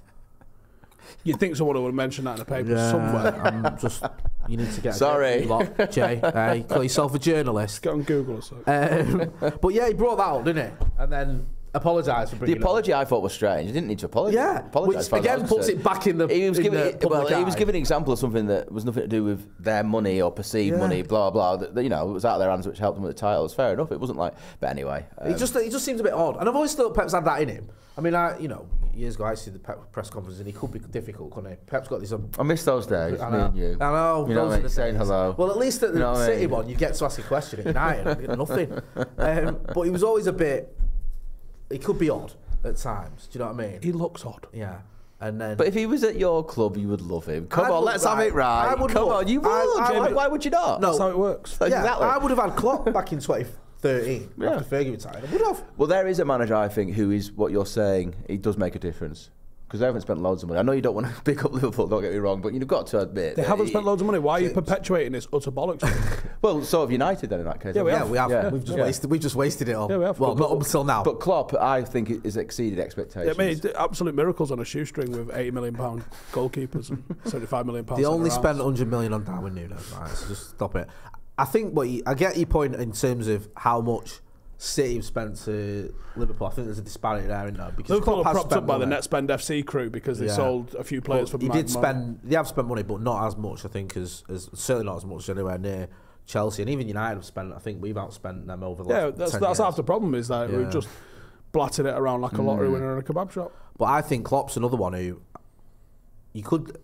Speaker 1: You'd think someone would have mentioned that in the paper
Speaker 2: Yeah,
Speaker 1: somewhere.
Speaker 2: I'm just. You need to get a grip,
Speaker 3: Sorry.
Speaker 2: you lot, Jay. Hey, call yourself a journalist.
Speaker 1: Get on Google or something.
Speaker 2: Um, <laughs> but yeah, he brought that up, didn't he? And then apologised for
Speaker 3: The
Speaker 2: bringing
Speaker 3: apology I thought was strange. He didn't need to apologise.
Speaker 2: Yeah, which
Speaker 3: apologise for
Speaker 2: again
Speaker 3: that.
Speaker 2: puts it back in the-
Speaker 3: He was
Speaker 2: in
Speaker 3: giving
Speaker 2: the
Speaker 3: it- well,
Speaker 2: public
Speaker 3: he was
Speaker 2: eye.
Speaker 3: giving an example of something that was nothing to do with their money or perceived
Speaker 2: Yeah.
Speaker 3: money. Blah blah. That, that, you know, it was out of their hands, which helped them with the titles. Fair enough. It wasn't like. But anyway, uh,
Speaker 2: It. He just he just seems a bit odd, and I've always thought Pep's had that in him. I mean, I you know years ago I used to see the Pep press conference, and he could be difficult, couldn't he? Pep's got this. Um,
Speaker 3: I miss those days.
Speaker 2: I
Speaker 3: me
Speaker 2: know.
Speaker 3: and you.
Speaker 2: I know.
Speaker 3: You know,
Speaker 2: those
Speaker 3: like
Speaker 2: are the
Speaker 3: saying
Speaker 2: days.
Speaker 3: hello.
Speaker 2: Well, at least at the
Speaker 3: You know what I
Speaker 2: City
Speaker 3: mean?
Speaker 2: one, you get to ask a question at night and you get nothing.
Speaker 3: <laughs>
Speaker 2: Um, but he was always a bit. He could be odd at times. Do you know what I mean?
Speaker 1: he looks odd.
Speaker 2: yeah. And then,
Speaker 3: But if he was at your club, you would love him. Come
Speaker 2: I
Speaker 3: on,
Speaker 2: would,
Speaker 3: let's have
Speaker 2: right.
Speaker 3: it right.
Speaker 2: I would
Speaker 3: Come
Speaker 2: love-
Speaker 3: on, you would.
Speaker 2: I- I
Speaker 3: Jimmy.
Speaker 2: would-
Speaker 3: Why would you not?
Speaker 2: No.
Speaker 1: That's how it works.
Speaker 3: Exactly.
Speaker 2: yeah, I would have had Klopp back in 2013
Speaker 3: Yeah.
Speaker 2: after Fergie retired. I would have.
Speaker 3: Well, there is a manager I think who is what you're saying. He does make a difference because they haven't spent loads of money. I know you don't want to <laughs> pick up Liverpool. Don't get me wrong, but you've got to admit
Speaker 1: They
Speaker 3: that
Speaker 1: haven't
Speaker 3: he-
Speaker 1: spent loads of money. Why are you perpetuating this utter
Speaker 2: <laughs>
Speaker 1: bollocks?
Speaker 3: Well, so have United then in that case.
Speaker 1: Yeah, we
Speaker 3: haven't
Speaker 2: Yeah, we have.
Speaker 3: Yeah.
Speaker 2: We've just
Speaker 3: Yeah.
Speaker 2: wasted. We've just wasted it all.
Speaker 1: Yeah, we have.
Speaker 2: Well,
Speaker 1: But-
Speaker 2: not up until now.
Speaker 3: But Klopp, I think, i- has exceeded
Speaker 1: Yeah,
Speaker 3: expectations.
Speaker 1: I mean, he did absolute miracles on a shoestring with 80 million pound goalkeepers and 75 million pound.
Speaker 2: they only
Speaker 1: centre-halves.
Speaker 2: spent 100 million on Darwin Nunes. Right, so just stop it. I think what you, I get your point in terms of how much City have spent to Liverpool. I think there's a disparity there in there because
Speaker 1: Liverpool
Speaker 2: Klopp
Speaker 1: are
Speaker 2: has
Speaker 1: propped
Speaker 2: spent
Speaker 1: up by the
Speaker 2: money.
Speaker 1: Net Spend FC crew because they
Speaker 2: Yeah.
Speaker 1: sold a few
Speaker 2: But
Speaker 1: players for
Speaker 2: he
Speaker 1: mad
Speaker 2: did
Speaker 1: money.
Speaker 2: spend. They have spent money, but not as much. I think as, as certainly not as much anywhere near Chelsea and even United have spent. I think we've outspent them over the
Speaker 1: Yeah,
Speaker 2: last
Speaker 1: that's
Speaker 2: 10
Speaker 1: that's
Speaker 2: years.
Speaker 1: half the problem is that
Speaker 2: Yeah. Mm.
Speaker 1: we've just blatted it around like a lottery winner in a kebab shop.
Speaker 2: But I think Klopp's another one who you could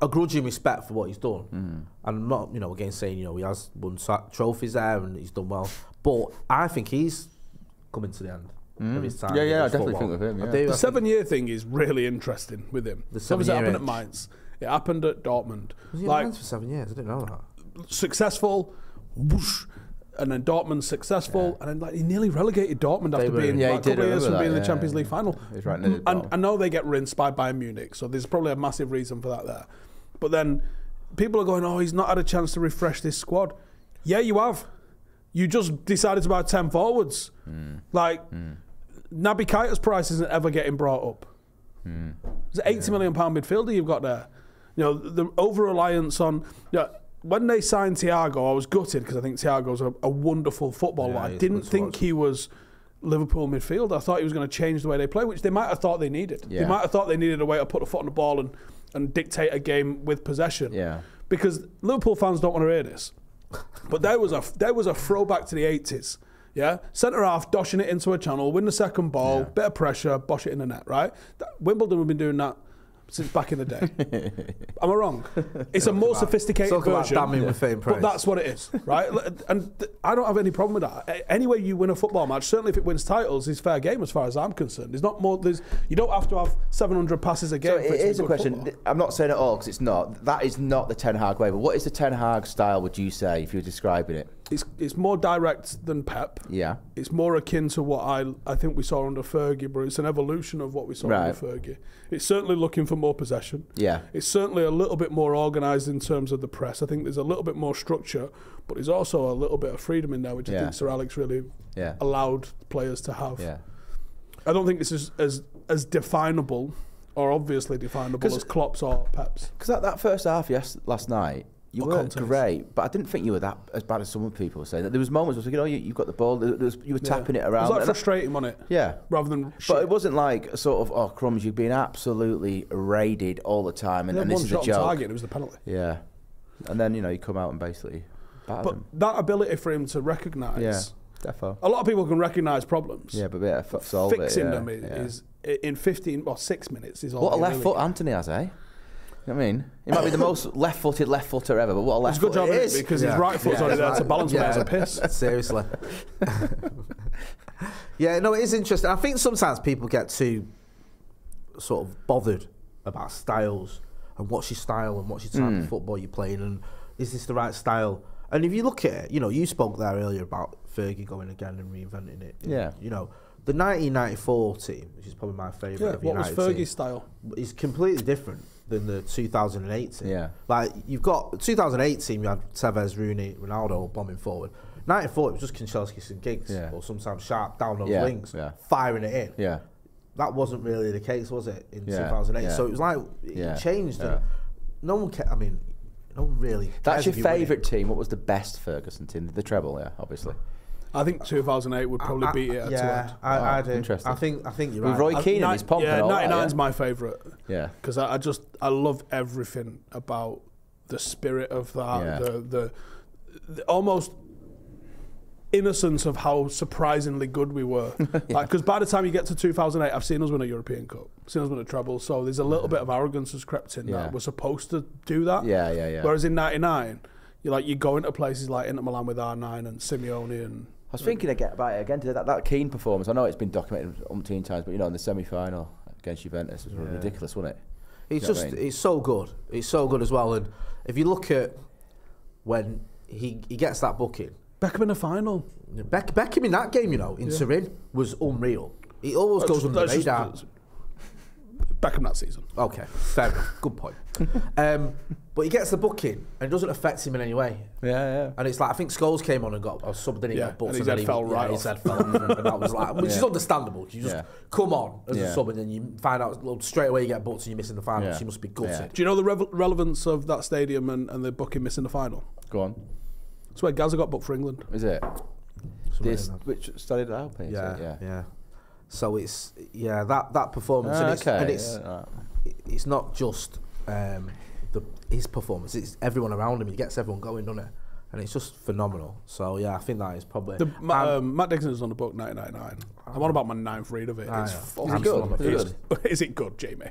Speaker 2: a grudging respect for what he's done.
Speaker 3: Hmm.
Speaker 2: And I'm not, you know, again saying, you know, he has won sa- trophies there and he's done well. But I think he's coming to the end. of his time.
Speaker 3: Hmm. Yeah,
Speaker 2: with
Speaker 3: yeah, I
Speaker 2: his
Speaker 3: definitely
Speaker 2: football.
Speaker 3: think of him,
Speaker 2: I
Speaker 3: yeah.
Speaker 2: do, I
Speaker 1: The
Speaker 2: think-
Speaker 1: seven year thing is really interesting with him.
Speaker 2: The
Speaker 1: So it
Speaker 2: seven-year
Speaker 1: happened at
Speaker 2: itch.
Speaker 1: Mainz. It happened at Dortmund.
Speaker 2: Was he in
Speaker 1: like
Speaker 2: Mainz for seven years? I didn't know that.
Speaker 1: successful, whoosh, and then Dortmund successful, and then like he nearly relegated Dortmund after
Speaker 2: were-
Speaker 1: being
Speaker 3: Yeah, he
Speaker 1: like, a couple
Speaker 3: did, I
Speaker 1: of years
Speaker 3: remember
Speaker 1: from
Speaker 3: that,
Speaker 1: being in the
Speaker 3: yeah,
Speaker 1: Champions League
Speaker 3: yeah.
Speaker 1: final.
Speaker 3: He was right near the
Speaker 1: and
Speaker 3: bottom.
Speaker 1: I know they get rinsed by Bayern Munich, so there's probably a massive reason for that there. But then people are going, "Oh, he's not had a chance to refresh this squad." Yeah, you have. You just decided to buy ten forwards.
Speaker 3: Hmm.
Speaker 1: Like Naby Keita's price isn't ever getting brought up. It's an eighty million pound midfielder you've got there. You know the over reliance on. You know, when they signed Thiago, I was gutted because I think Thiago's a, a wonderful footballer. I didn't think he was Liverpool midfielder. I thought he was going to change the way they play, which they might have thought they needed. They
Speaker 3: Yeah.
Speaker 1: might have thought they needed a way to put a foot on the ball and, and dictate a game with possession.
Speaker 3: Yeah.
Speaker 1: Because Liverpool fans don't want to hear this. But there was a there was a throwback to the eighties. Yeah, centre half doshing it into a channel, win the second ball, bit of pressure, bosh it in the net. Right, that, Wimbledon have been doing that since back in the day. Am I wrong? It's a more sophisticated
Speaker 2: Talk about
Speaker 1: version.
Speaker 2: damning with faint
Speaker 1: But
Speaker 2: praise.
Speaker 1: that's what it is, right? L- and th- I don't have any problem with that. A- Any way you win a football match, certainly if it wins titles, is fair game as far as I'm concerned. There's not more. There's you don't have to have 700 passes a game.
Speaker 3: So
Speaker 1: for it to be
Speaker 3: here's a
Speaker 1: good
Speaker 3: question.
Speaker 1: football.
Speaker 3: I'm not saying it all because it's not. That is not the Ten Hag way. But what is the Ten Hag style? Would you say if you were describing it?
Speaker 1: It's it's more direct than Pep.
Speaker 3: Yeah.
Speaker 1: it's more akin to what I I think we saw under Fergie, but it's an evolution of what we saw
Speaker 3: Right.
Speaker 1: under Fergie. It's certainly looking for more possession.
Speaker 3: Yeah.
Speaker 1: it's certainly a little bit more organised in terms of the press. I think there's a little bit more structure, but there's also a little bit of freedom in there, which I
Speaker 3: Yeah.
Speaker 1: think Sir Alex really
Speaker 3: Yeah.
Speaker 1: allowed players to have.
Speaker 3: Yeah.
Speaker 1: I don't think this is as as definable or obviously definable
Speaker 3: 'Cause-
Speaker 1: as Klopp's or Pep's.
Speaker 3: Because that, that first half yes, last night, you
Speaker 1: Or
Speaker 3: were
Speaker 1: Conte's.
Speaker 3: great, but I didn't think you were that as bad as some of the people were saying. There was moments where I was thinking, oh, you, you've got the ball. There was, you were tapping it around.
Speaker 1: It was like
Speaker 3: and I-
Speaker 1: frustrating on it.
Speaker 3: Yeah.
Speaker 1: rather than.
Speaker 3: But
Speaker 1: shit.
Speaker 3: it wasn't like a sort of oh crumbs. You've been absolutely raided all the time, and,
Speaker 1: They had
Speaker 3: and this
Speaker 1: one
Speaker 3: is
Speaker 1: shot
Speaker 3: a
Speaker 1: on
Speaker 3: joke.
Speaker 1: target. and It was the penalty.
Speaker 3: Yeah, and then you know you come out and basically. batter
Speaker 1: But
Speaker 3: them.
Speaker 1: that ability for him to recognise.
Speaker 3: yeah, defo.
Speaker 1: A lot of people can recognise problems.
Speaker 3: Yeah, but yeah, f- solve it,
Speaker 1: Fixing
Speaker 3: yeah,
Speaker 1: them is,
Speaker 3: yeah.
Speaker 1: is i- in 15 or six minutes is all.
Speaker 3: What a
Speaker 1: you
Speaker 3: left
Speaker 1: really
Speaker 3: foot
Speaker 1: get.
Speaker 3: Anthony has, eh? You know what I mean? He might
Speaker 2: <coughs>
Speaker 3: be the most left footed left footer ever, but what a left
Speaker 1: It's a good
Speaker 3: foot
Speaker 1: job it
Speaker 3: it is.
Speaker 1: because
Speaker 2: Yeah.
Speaker 1: his right foot's
Speaker 2: Yeah,
Speaker 1: already there
Speaker 2: right.
Speaker 1: to balance yeah.
Speaker 2: Yeah.
Speaker 1: as a piss.
Speaker 2: <laughs> Seriously. yeah, no, it is interesting. I think sometimes people get too sort of bothered about styles and what's your style and what's your type of football you're playing and is this the right style? And if you look at it, you know, you spoke there earlier about Fergie going again and reinventing it.
Speaker 3: Yeah.
Speaker 2: You know, the 1994 team, which is probably my favourite.
Speaker 1: Yeah,
Speaker 2: of
Speaker 1: what was
Speaker 2: United team,
Speaker 1: Fergie's style?
Speaker 2: is completely different than the 2008 team.
Speaker 3: Yeah.
Speaker 2: Like you've got 2008 team, you had Tevez, Rooney, Ronaldo bombing forward. 94 it was just Kinchelskis and Giggs,
Speaker 3: Yeah.
Speaker 2: or sometimes Sharp down those
Speaker 3: Yeah,
Speaker 2: wings,
Speaker 3: yeah.
Speaker 2: firing it in.
Speaker 3: Yeah.
Speaker 2: That wasn't really the case, was it, in
Speaker 3: Yeah,
Speaker 2: 2008?
Speaker 3: yeah.
Speaker 2: So it was like it
Speaker 3: Yeah,
Speaker 2: changed.
Speaker 3: yeah.
Speaker 2: And no one, ca- I mean, no one really.
Speaker 3: That's
Speaker 2: cares
Speaker 3: your
Speaker 2: if you win it.
Speaker 3: favourite team. What was the best Ferguson team? The treble, yeah, obviously.
Speaker 1: I think 2008 would probably
Speaker 2: I-
Speaker 1: beat it at two
Speaker 2: yeah,
Speaker 1: end.
Speaker 2: I, I do.
Speaker 3: interesting.
Speaker 2: I think I think you're
Speaker 3: With
Speaker 2: right.
Speaker 3: Roy
Speaker 2: I-
Speaker 3: Keane and
Speaker 1: Ni-
Speaker 3: his pomp
Speaker 1: Yeah,
Speaker 3: and all that,
Speaker 1: 99
Speaker 3: yeah.
Speaker 1: is my favourite.
Speaker 3: eh? Yeah.
Speaker 1: Because I, I just, I love everything about the spirit of that,
Speaker 3: Yeah.
Speaker 1: the, the, the almost innocence of how surprisingly good we
Speaker 3: <laughs>
Speaker 1: were. Because by the time you get to 2008, I've seen us win a European Cup, seen us win a treble. So there's a little bit of arrogance that's crept in
Speaker 3: Yeah.
Speaker 1: that we're supposed to do that.
Speaker 3: Yeah, yeah, yeah.
Speaker 1: Whereas in 99, you're like, you go into places like Inter Milan with R9 and Simeone and.
Speaker 3: I
Speaker 2: Mm.
Speaker 3: was thinking again about it again today. That, that Keane performance, I know it's been documented umpteen times, but you know, in the semi final against Juventus, it was ridiculous, wasn't it?
Speaker 2: It's
Speaker 3: You know what
Speaker 2: just
Speaker 3: I mean?
Speaker 2: it's so good. It's so good as well. And if you look at when he he gets that booking,
Speaker 1: Beckham in the final.
Speaker 2: Beck, Beckham in that game, you know, in Turin was unreal. He always goes under the
Speaker 1: That's just-
Speaker 2: radar.
Speaker 1: Beckham that season.
Speaker 2: Okay, fair enough.
Speaker 1: <laughs>
Speaker 2: Good point. Um, but he gets the booking and it doesn't affect him in any way.
Speaker 3: Yeah, yeah.
Speaker 2: And it's like I think Scholes came on and got or subbed in, he
Speaker 1: Yeah,
Speaker 2: got booked,
Speaker 1: and his
Speaker 2: then
Speaker 1: head
Speaker 2: he-
Speaker 1: fell
Speaker 2: yeah,
Speaker 1: right
Speaker 2: His
Speaker 1: off.
Speaker 2: head fell, off and that was
Speaker 1: <laughs>
Speaker 2: like, which is
Speaker 3: Yeah.
Speaker 2: understandable. You just
Speaker 3: Yeah.
Speaker 2: come on as
Speaker 3: Yeah.
Speaker 2: a sub, and then you find out well, straight away you get booked and you're missing the final.
Speaker 3: Yeah.
Speaker 2: So you must be
Speaker 3: Yeah.
Speaker 2: gutted.
Speaker 1: Do you know the revel relevance of that stadium and, and the booking missing the final?
Speaker 3: Go on.
Speaker 1: It's where Gaza got booked for England.
Speaker 3: Is it?
Speaker 2: Something
Speaker 3: This,
Speaker 2: like that.
Speaker 3: which studied at Alpine?
Speaker 2: yeah,
Speaker 3: yeah.
Speaker 2: yeah. So it's yeah that that performance
Speaker 3: Ah,
Speaker 2: and it's
Speaker 3: okay.
Speaker 2: and it's
Speaker 3: yeah, right.
Speaker 2: it's not just um, the his performance; it's everyone around him. He gets everyone going, doesn't it? And it's just phenomenal. So yeah, I think that is probably.
Speaker 1: The, Ma-
Speaker 2: I'm-
Speaker 1: um, Matt Dixon's on the book 1999. I'm on about my ninth read of it.
Speaker 2: Ah,
Speaker 1: it's
Speaker 2: yeah.
Speaker 1: fucking
Speaker 2: Is it
Speaker 1: <laughs>
Speaker 2: good?
Speaker 1: phenomenal.
Speaker 3: Is it
Speaker 1: It's- Is it good, Jamie?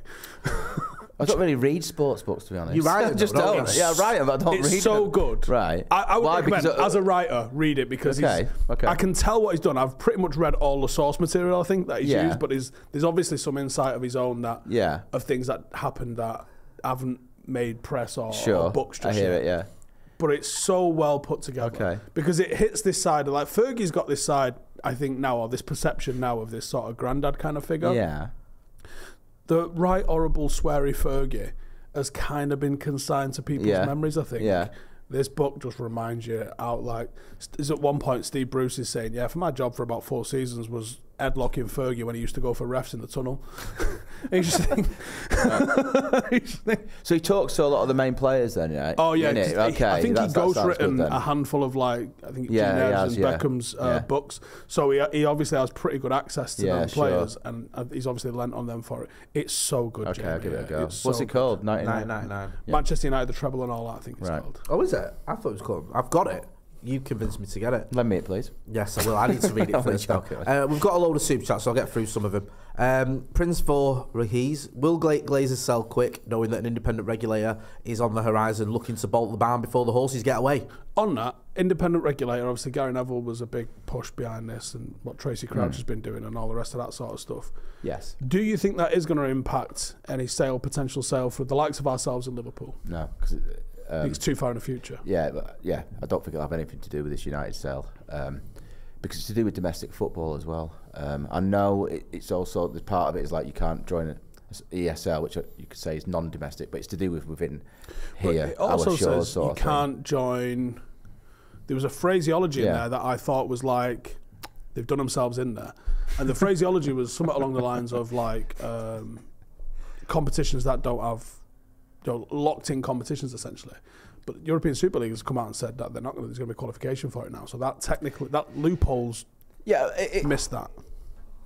Speaker 3: I don't really read sports books, to be honest.
Speaker 2: You write
Speaker 3: <laughs> I
Speaker 2: them,
Speaker 3: just
Speaker 2: though,
Speaker 3: don't.
Speaker 2: don't you?
Speaker 3: Yeah, I write them, but I don't
Speaker 1: it's
Speaker 3: read
Speaker 1: so
Speaker 3: them.
Speaker 1: good.
Speaker 3: Right.
Speaker 1: I, I would
Speaker 3: Why?
Speaker 1: recommend,
Speaker 3: Because, uh,
Speaker 1: as a writer, read it because
Speaker 3: Okay,
Speaker 1: he's,
Speaker 3: okay.
Speaker 1: I can tell what he's done. I've pretty much read all the source material, I think, that he's
Speaker 3: Yeah.
Speaker 1: used, but he's, there's obviously some insight of his own that
Speaker 3: Yeah.
Speaker 1: of things that happened that haven't made press or,
Speaker 3: Sure.
Speaker 1: or books
Speaker 3: I
Speaker 1: just
Speaker 3: hear
Speaker 1: yet.
Speaker 3: it, yeah.
Speaker 1: But it's so well put together.
Speaker 3: Okay.
Speaker 1: Because it hits this side of like Fergie's got this side, I think, now, or this perception now of this sort of granddad kind of figure.
Speaker 3: Yeah.
Speaker 1: the right horrible sweary Fergie has kind of been consigned to people's
Speaker 3: Yeah.
Speaker 1: memories. I think.
Speaker 3: Yeah.
Speaker 1: This book just reminds you out like st- is at one point Steve Bruce is saying, "Yeah, for my job for about four seasons was headlocking Fergie when he used to go for refs in the tunnel." <laughs> and you just
Speaker 3: <laughs>
Speaker 1: think, you just <laughs> think,
Speaker 3: So he talks to a lot of the main players then, yeah?
Speaker 1: "Oh yeah,
Speaker 3: Innit?
Speaker 1: just- he-
Speaker 3: okay.
Speaker 1: I think he
Speaker 3: that's- that sounds
Speaker 1: ghost
Speaker 3: good
Speaker 1: written
Speaker 3: then.
Speaker 1: a handful of like I think
Speaker 3: Yeah,
Speaker 1: Gene
Speaker 3: he
Speaker 1: Evans
Speaker 3: has,
Speaker 1: and
Speaker 3: yeah.
Speaker 1: Beckham's uh,
Speaker 3: Yeah.
Speaker 1: books, so he he obviously has pretty good access to
Speaker 3: Yeah,
Speaker 1: them
Speaker 3: sure.
Speaker 1: players, and uh, he's obviously lent on them for it. It's so good.
Speaker 3: Okay,
Speaker 1: Jamie,
Speaker 3: I'll give it a
Speaker 1: yeah.
Speaker 3: go.
Speaker 1: It's
Speaker 3: What's
Speaker 1: so
Speaker 3: it called? 99?
Speaker 2: 999.
Speaker 1: Manchester United, the treble and all that. I think it's
Speaker 3: Right.
Speaker 1: called.
Speaker 2: Oh, is it? I thought it was called. I've got it. You convinced me to get it.
Speaker 3: Lend me it, please.
Speaker 2: Yes, I will. I need to <laughs> read it for the show.
Speaker 3: Okay.
Speaker 2: Uh, we've got a load of super chats, so I'll get through some of them. Um, Prince for Rahiz. Will Gla- Glazers sell quick, knowing that an independent regulator is on the horizon looking to bolt the barn before the horses get away?
Speaker 1: On that, independent regulator. Obviously, Gary Neville was a big push behind this, and what Tracy Crouch has been doing, and all the rest of that sort of stuff.
Speaker 3: Yes.
Speaker 1: Do you think that is going to impact any sale potential sale for the likes of ourselves in Liverpool?
Speaker 3: No, because
Speaker 1: I think it's too far in the future.
Speaker 3: yeah, but, yeah, I don't think it'll have anything to do with this United sale um, because it's to do with domestic football as well. Um, I know it, it's also the part of it is like you can't join a s- ESL, which uh, you could say is non-domestic, but it's to do with within here.
Speaker 1: It also
Speaker 3: our shores
Speaker 1: says
Speaker 3: sort
Speaker 1: you
Speaker 3: of thing.
Speaker 1: can't join. There was a phraseology in
Speaker 3: Yeah.
Speaker 1: there that I thought was like they've done themselves in there, and the phraseology was somewhat along the lines of like um, competitions that don't have you know, locked in competitions essentially. But European Super League has come out and said that they're not going. to There's going to be qualification for it now, so that technically that loopholes
Speaker 3: Yeah, it, it-
Speaker 1: missed that.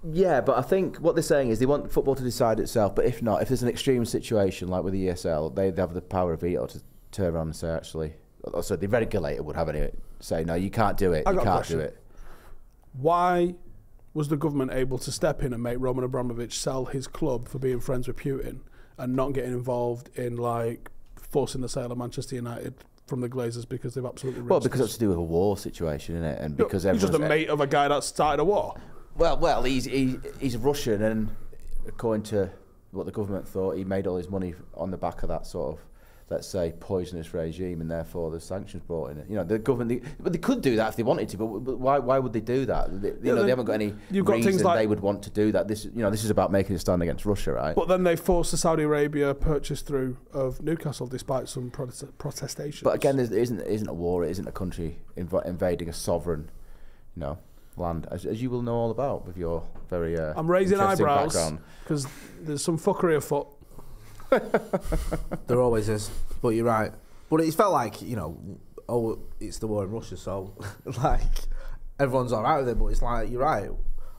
Speaker 3: Yeah, but I think what they're saying is they want football to decide itself. But if not, if there's an extreme situation like with the ESL, they have the power of veto to turn around and say actually, or- so the regulator would have any say no, you can't do it,
Speaker 1: I
Speaker 3: you
Speaker 1: got a
Speaker 3: can't
Speaker 1: question.
Speaker 3: do it.
Speaker 1: Why was the government able to step in and make Roman Abramovich sell his club for being friends with Putin and not getting involved in like forcing the sale of Manchester United from the Glazers because they've absolutely
Speaker 3: Well,
Speaker 1: rinsed
Speaker 3: because
Speaker 1: us?
Speaker 3: it's to do with a war situation, isn't it? And
Speaker 1: Look,
Speaker 3: because
Speaker 1: he's just a
Speaker 3: everyone's-
Speaker 1: mate of a guy that started a war.
Speaker 3: Well, well, he's he, he's Russian, and according to what the government thought, he made all his money on the back of that sort of, let's say, poisonous regime, and therefore the sanctions brought in. You know, the government, they, but they could do that if they wanted to. But, but why why would they do that? They, you know,
Speaker 1: then
Speaker 3: they haven't got any
Speaker 1: you've got things
Speaker 3: reason
Speaker 1: like-
Speaker 3: they would want to do that. This you know, this is about making a stand against Russia, right?
Speaker 1: But then they forced the Saudi Arabia purchase through of Newcastle despite some protest- protestations.
Speaker 3: But again, there's- it isn't it isn't a war. It isn't a country inv- invading a sovereign, you know, land, as, as you will know all about with your very. Uh,
Speaker 1: I'm raising
Speaker 3: interesting
Speaker 1: eyebrows
Speaker 3: Background.
Speaker 1: because there's some fuckery afoot.
Speaker 2: There always is, but you're right. But it's felt like you know, oh, it's the war in Russia, so <laughs> like everyone's all right with it. But it's like you're right.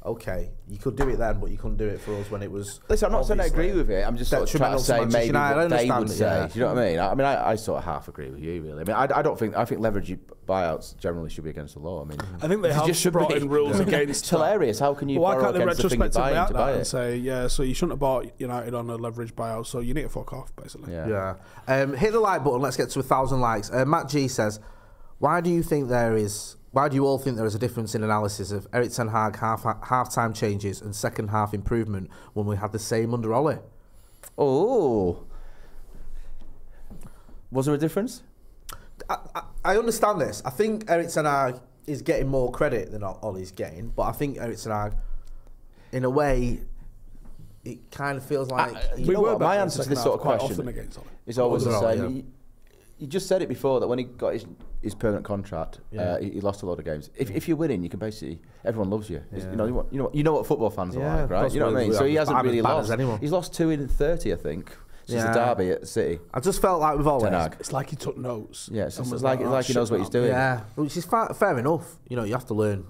Speaker 2: Okay, you could do it then, but you couldn't do it for us when it was.
Speaker 3: Listen, I'm not saying I
Speaker 2: obviously
Speaker 3: agree with it. I'm just sort of trying
Speaker 2: detrimental
Speaker 3: to say
Speaker 2: Manchester
Speaker 3: maybe
Speaker 2: United. I
Speaker 3: what they
Speaker 2: understand it,
Speaker 3: would say.
Speaker 2: yeah.
Speaker 3: Do you know what I mean? I, I mean, I, I sort of half agree with you, really. I mean, I, I don't think I think leverage buyouts generally should be against the law. I mean,
Speaker 1: I think they
Speaker 3: it
Speaker 1: have
Speaker 3: just should
Speaker 1: brought
Speaker 3: be.
Speaker 1: in
Speaker 3: <laughs>
Speaker 1: rules
Speaker 3: Yeah.
Speaker 1: against
Speaker 3: It's
Speaker 1: that.
Speaker 3: hilarious. How can you
Speaker 1: Why
Speaker 3: borrow
Speaker 1: can't they
Speaker 3: against the thing you're
Speaker 1: retrospectively
Speaker 3: buying
Speaker 1: act
Speaker 3: to
Speaker 1: that
Speaker 3: buy
Speaker 1: and
Speaker 3: it?
Speaker 1: say, yeah, so you shouldn't have bought United on a leverage buyout, so you need to fuck off, basically.
Speaker 3: Yeah.
Speaker 2: Yeah. Um, hit the like button. Let's get to a thousand likes. Uh, Matt G says, "Why do you think there is? Why do you all think there is a difference in analysis of Eric Ten Hag half half time changes and second half improvement when we had the same under Ollie?
Speaker 3: Oh, was there a difference?
Speaker 2: I, I, I understand this. I think Eric Ten Hag is getting more credit than O- Ollie's getting, but I think Eric Ten Hag, in a way, it kind of feels like he-
Speaker 3: we
Speaker 1: know
Speaker 3: were
Speaker 1: what,
Speaker 3: my
Speaker 1: back in
Speaker 3: answer
Speaker 1: the
Speaker 3: to this
Speaker 1: second
Speaker 3: sort of
Speaker 1: half quite
Speaker 3: question
Speaker 1: often against Ollie.
Speaker 3: is always the
Speaker 2: Overall,
Speaker 3: same.
Speaker 2: yeah.
Speaker 3: You, you just said it before that when he got his, his permanent contract, uh, he, he lost a lot of games. If, if you're winning, you can basically everyone loves you. It's- You know you, want, you know you know what football fans
Speaker 2: Yeah,
Speaker 3: are like,
Speaker 2: of
Speaker 3: right?
Speaker 2: course
Speaker 3: You know what I
Speaker 2: we-
Speaker 3: mean.
Speaker 2: we
Speaker 3: So
Speaker 2: are.
Speaker 3: he hasn't
Speaker 2: I'm as
Speaker 3: really
Speaker 2: bad as
Speaker 3: lost.
Speaker 2: anyone.
Speaker 3: He's lost two in thirty, I think, since
Speaker 2: Yeah.
Speaker 3: the derby at City.
Speaker 2: I just felt like with Ollie,
Speaker 3: Ten Hag.
Speaker 1: It's like he took notes.
Speaker 3: Yeah, it's,
Speaker 1: and
Speaker 3: it's
Speaker 1: was
Speaker 3: like it's
Speaker 1: "Oh,
Speaker 3: like he
Speaker 1: shit,
Speaker 3: knows what he's
Speaker 1: man."
Speaker 3: doing.
Speaker 2: Yeah, which is fa- fair enough. You know, you have to learn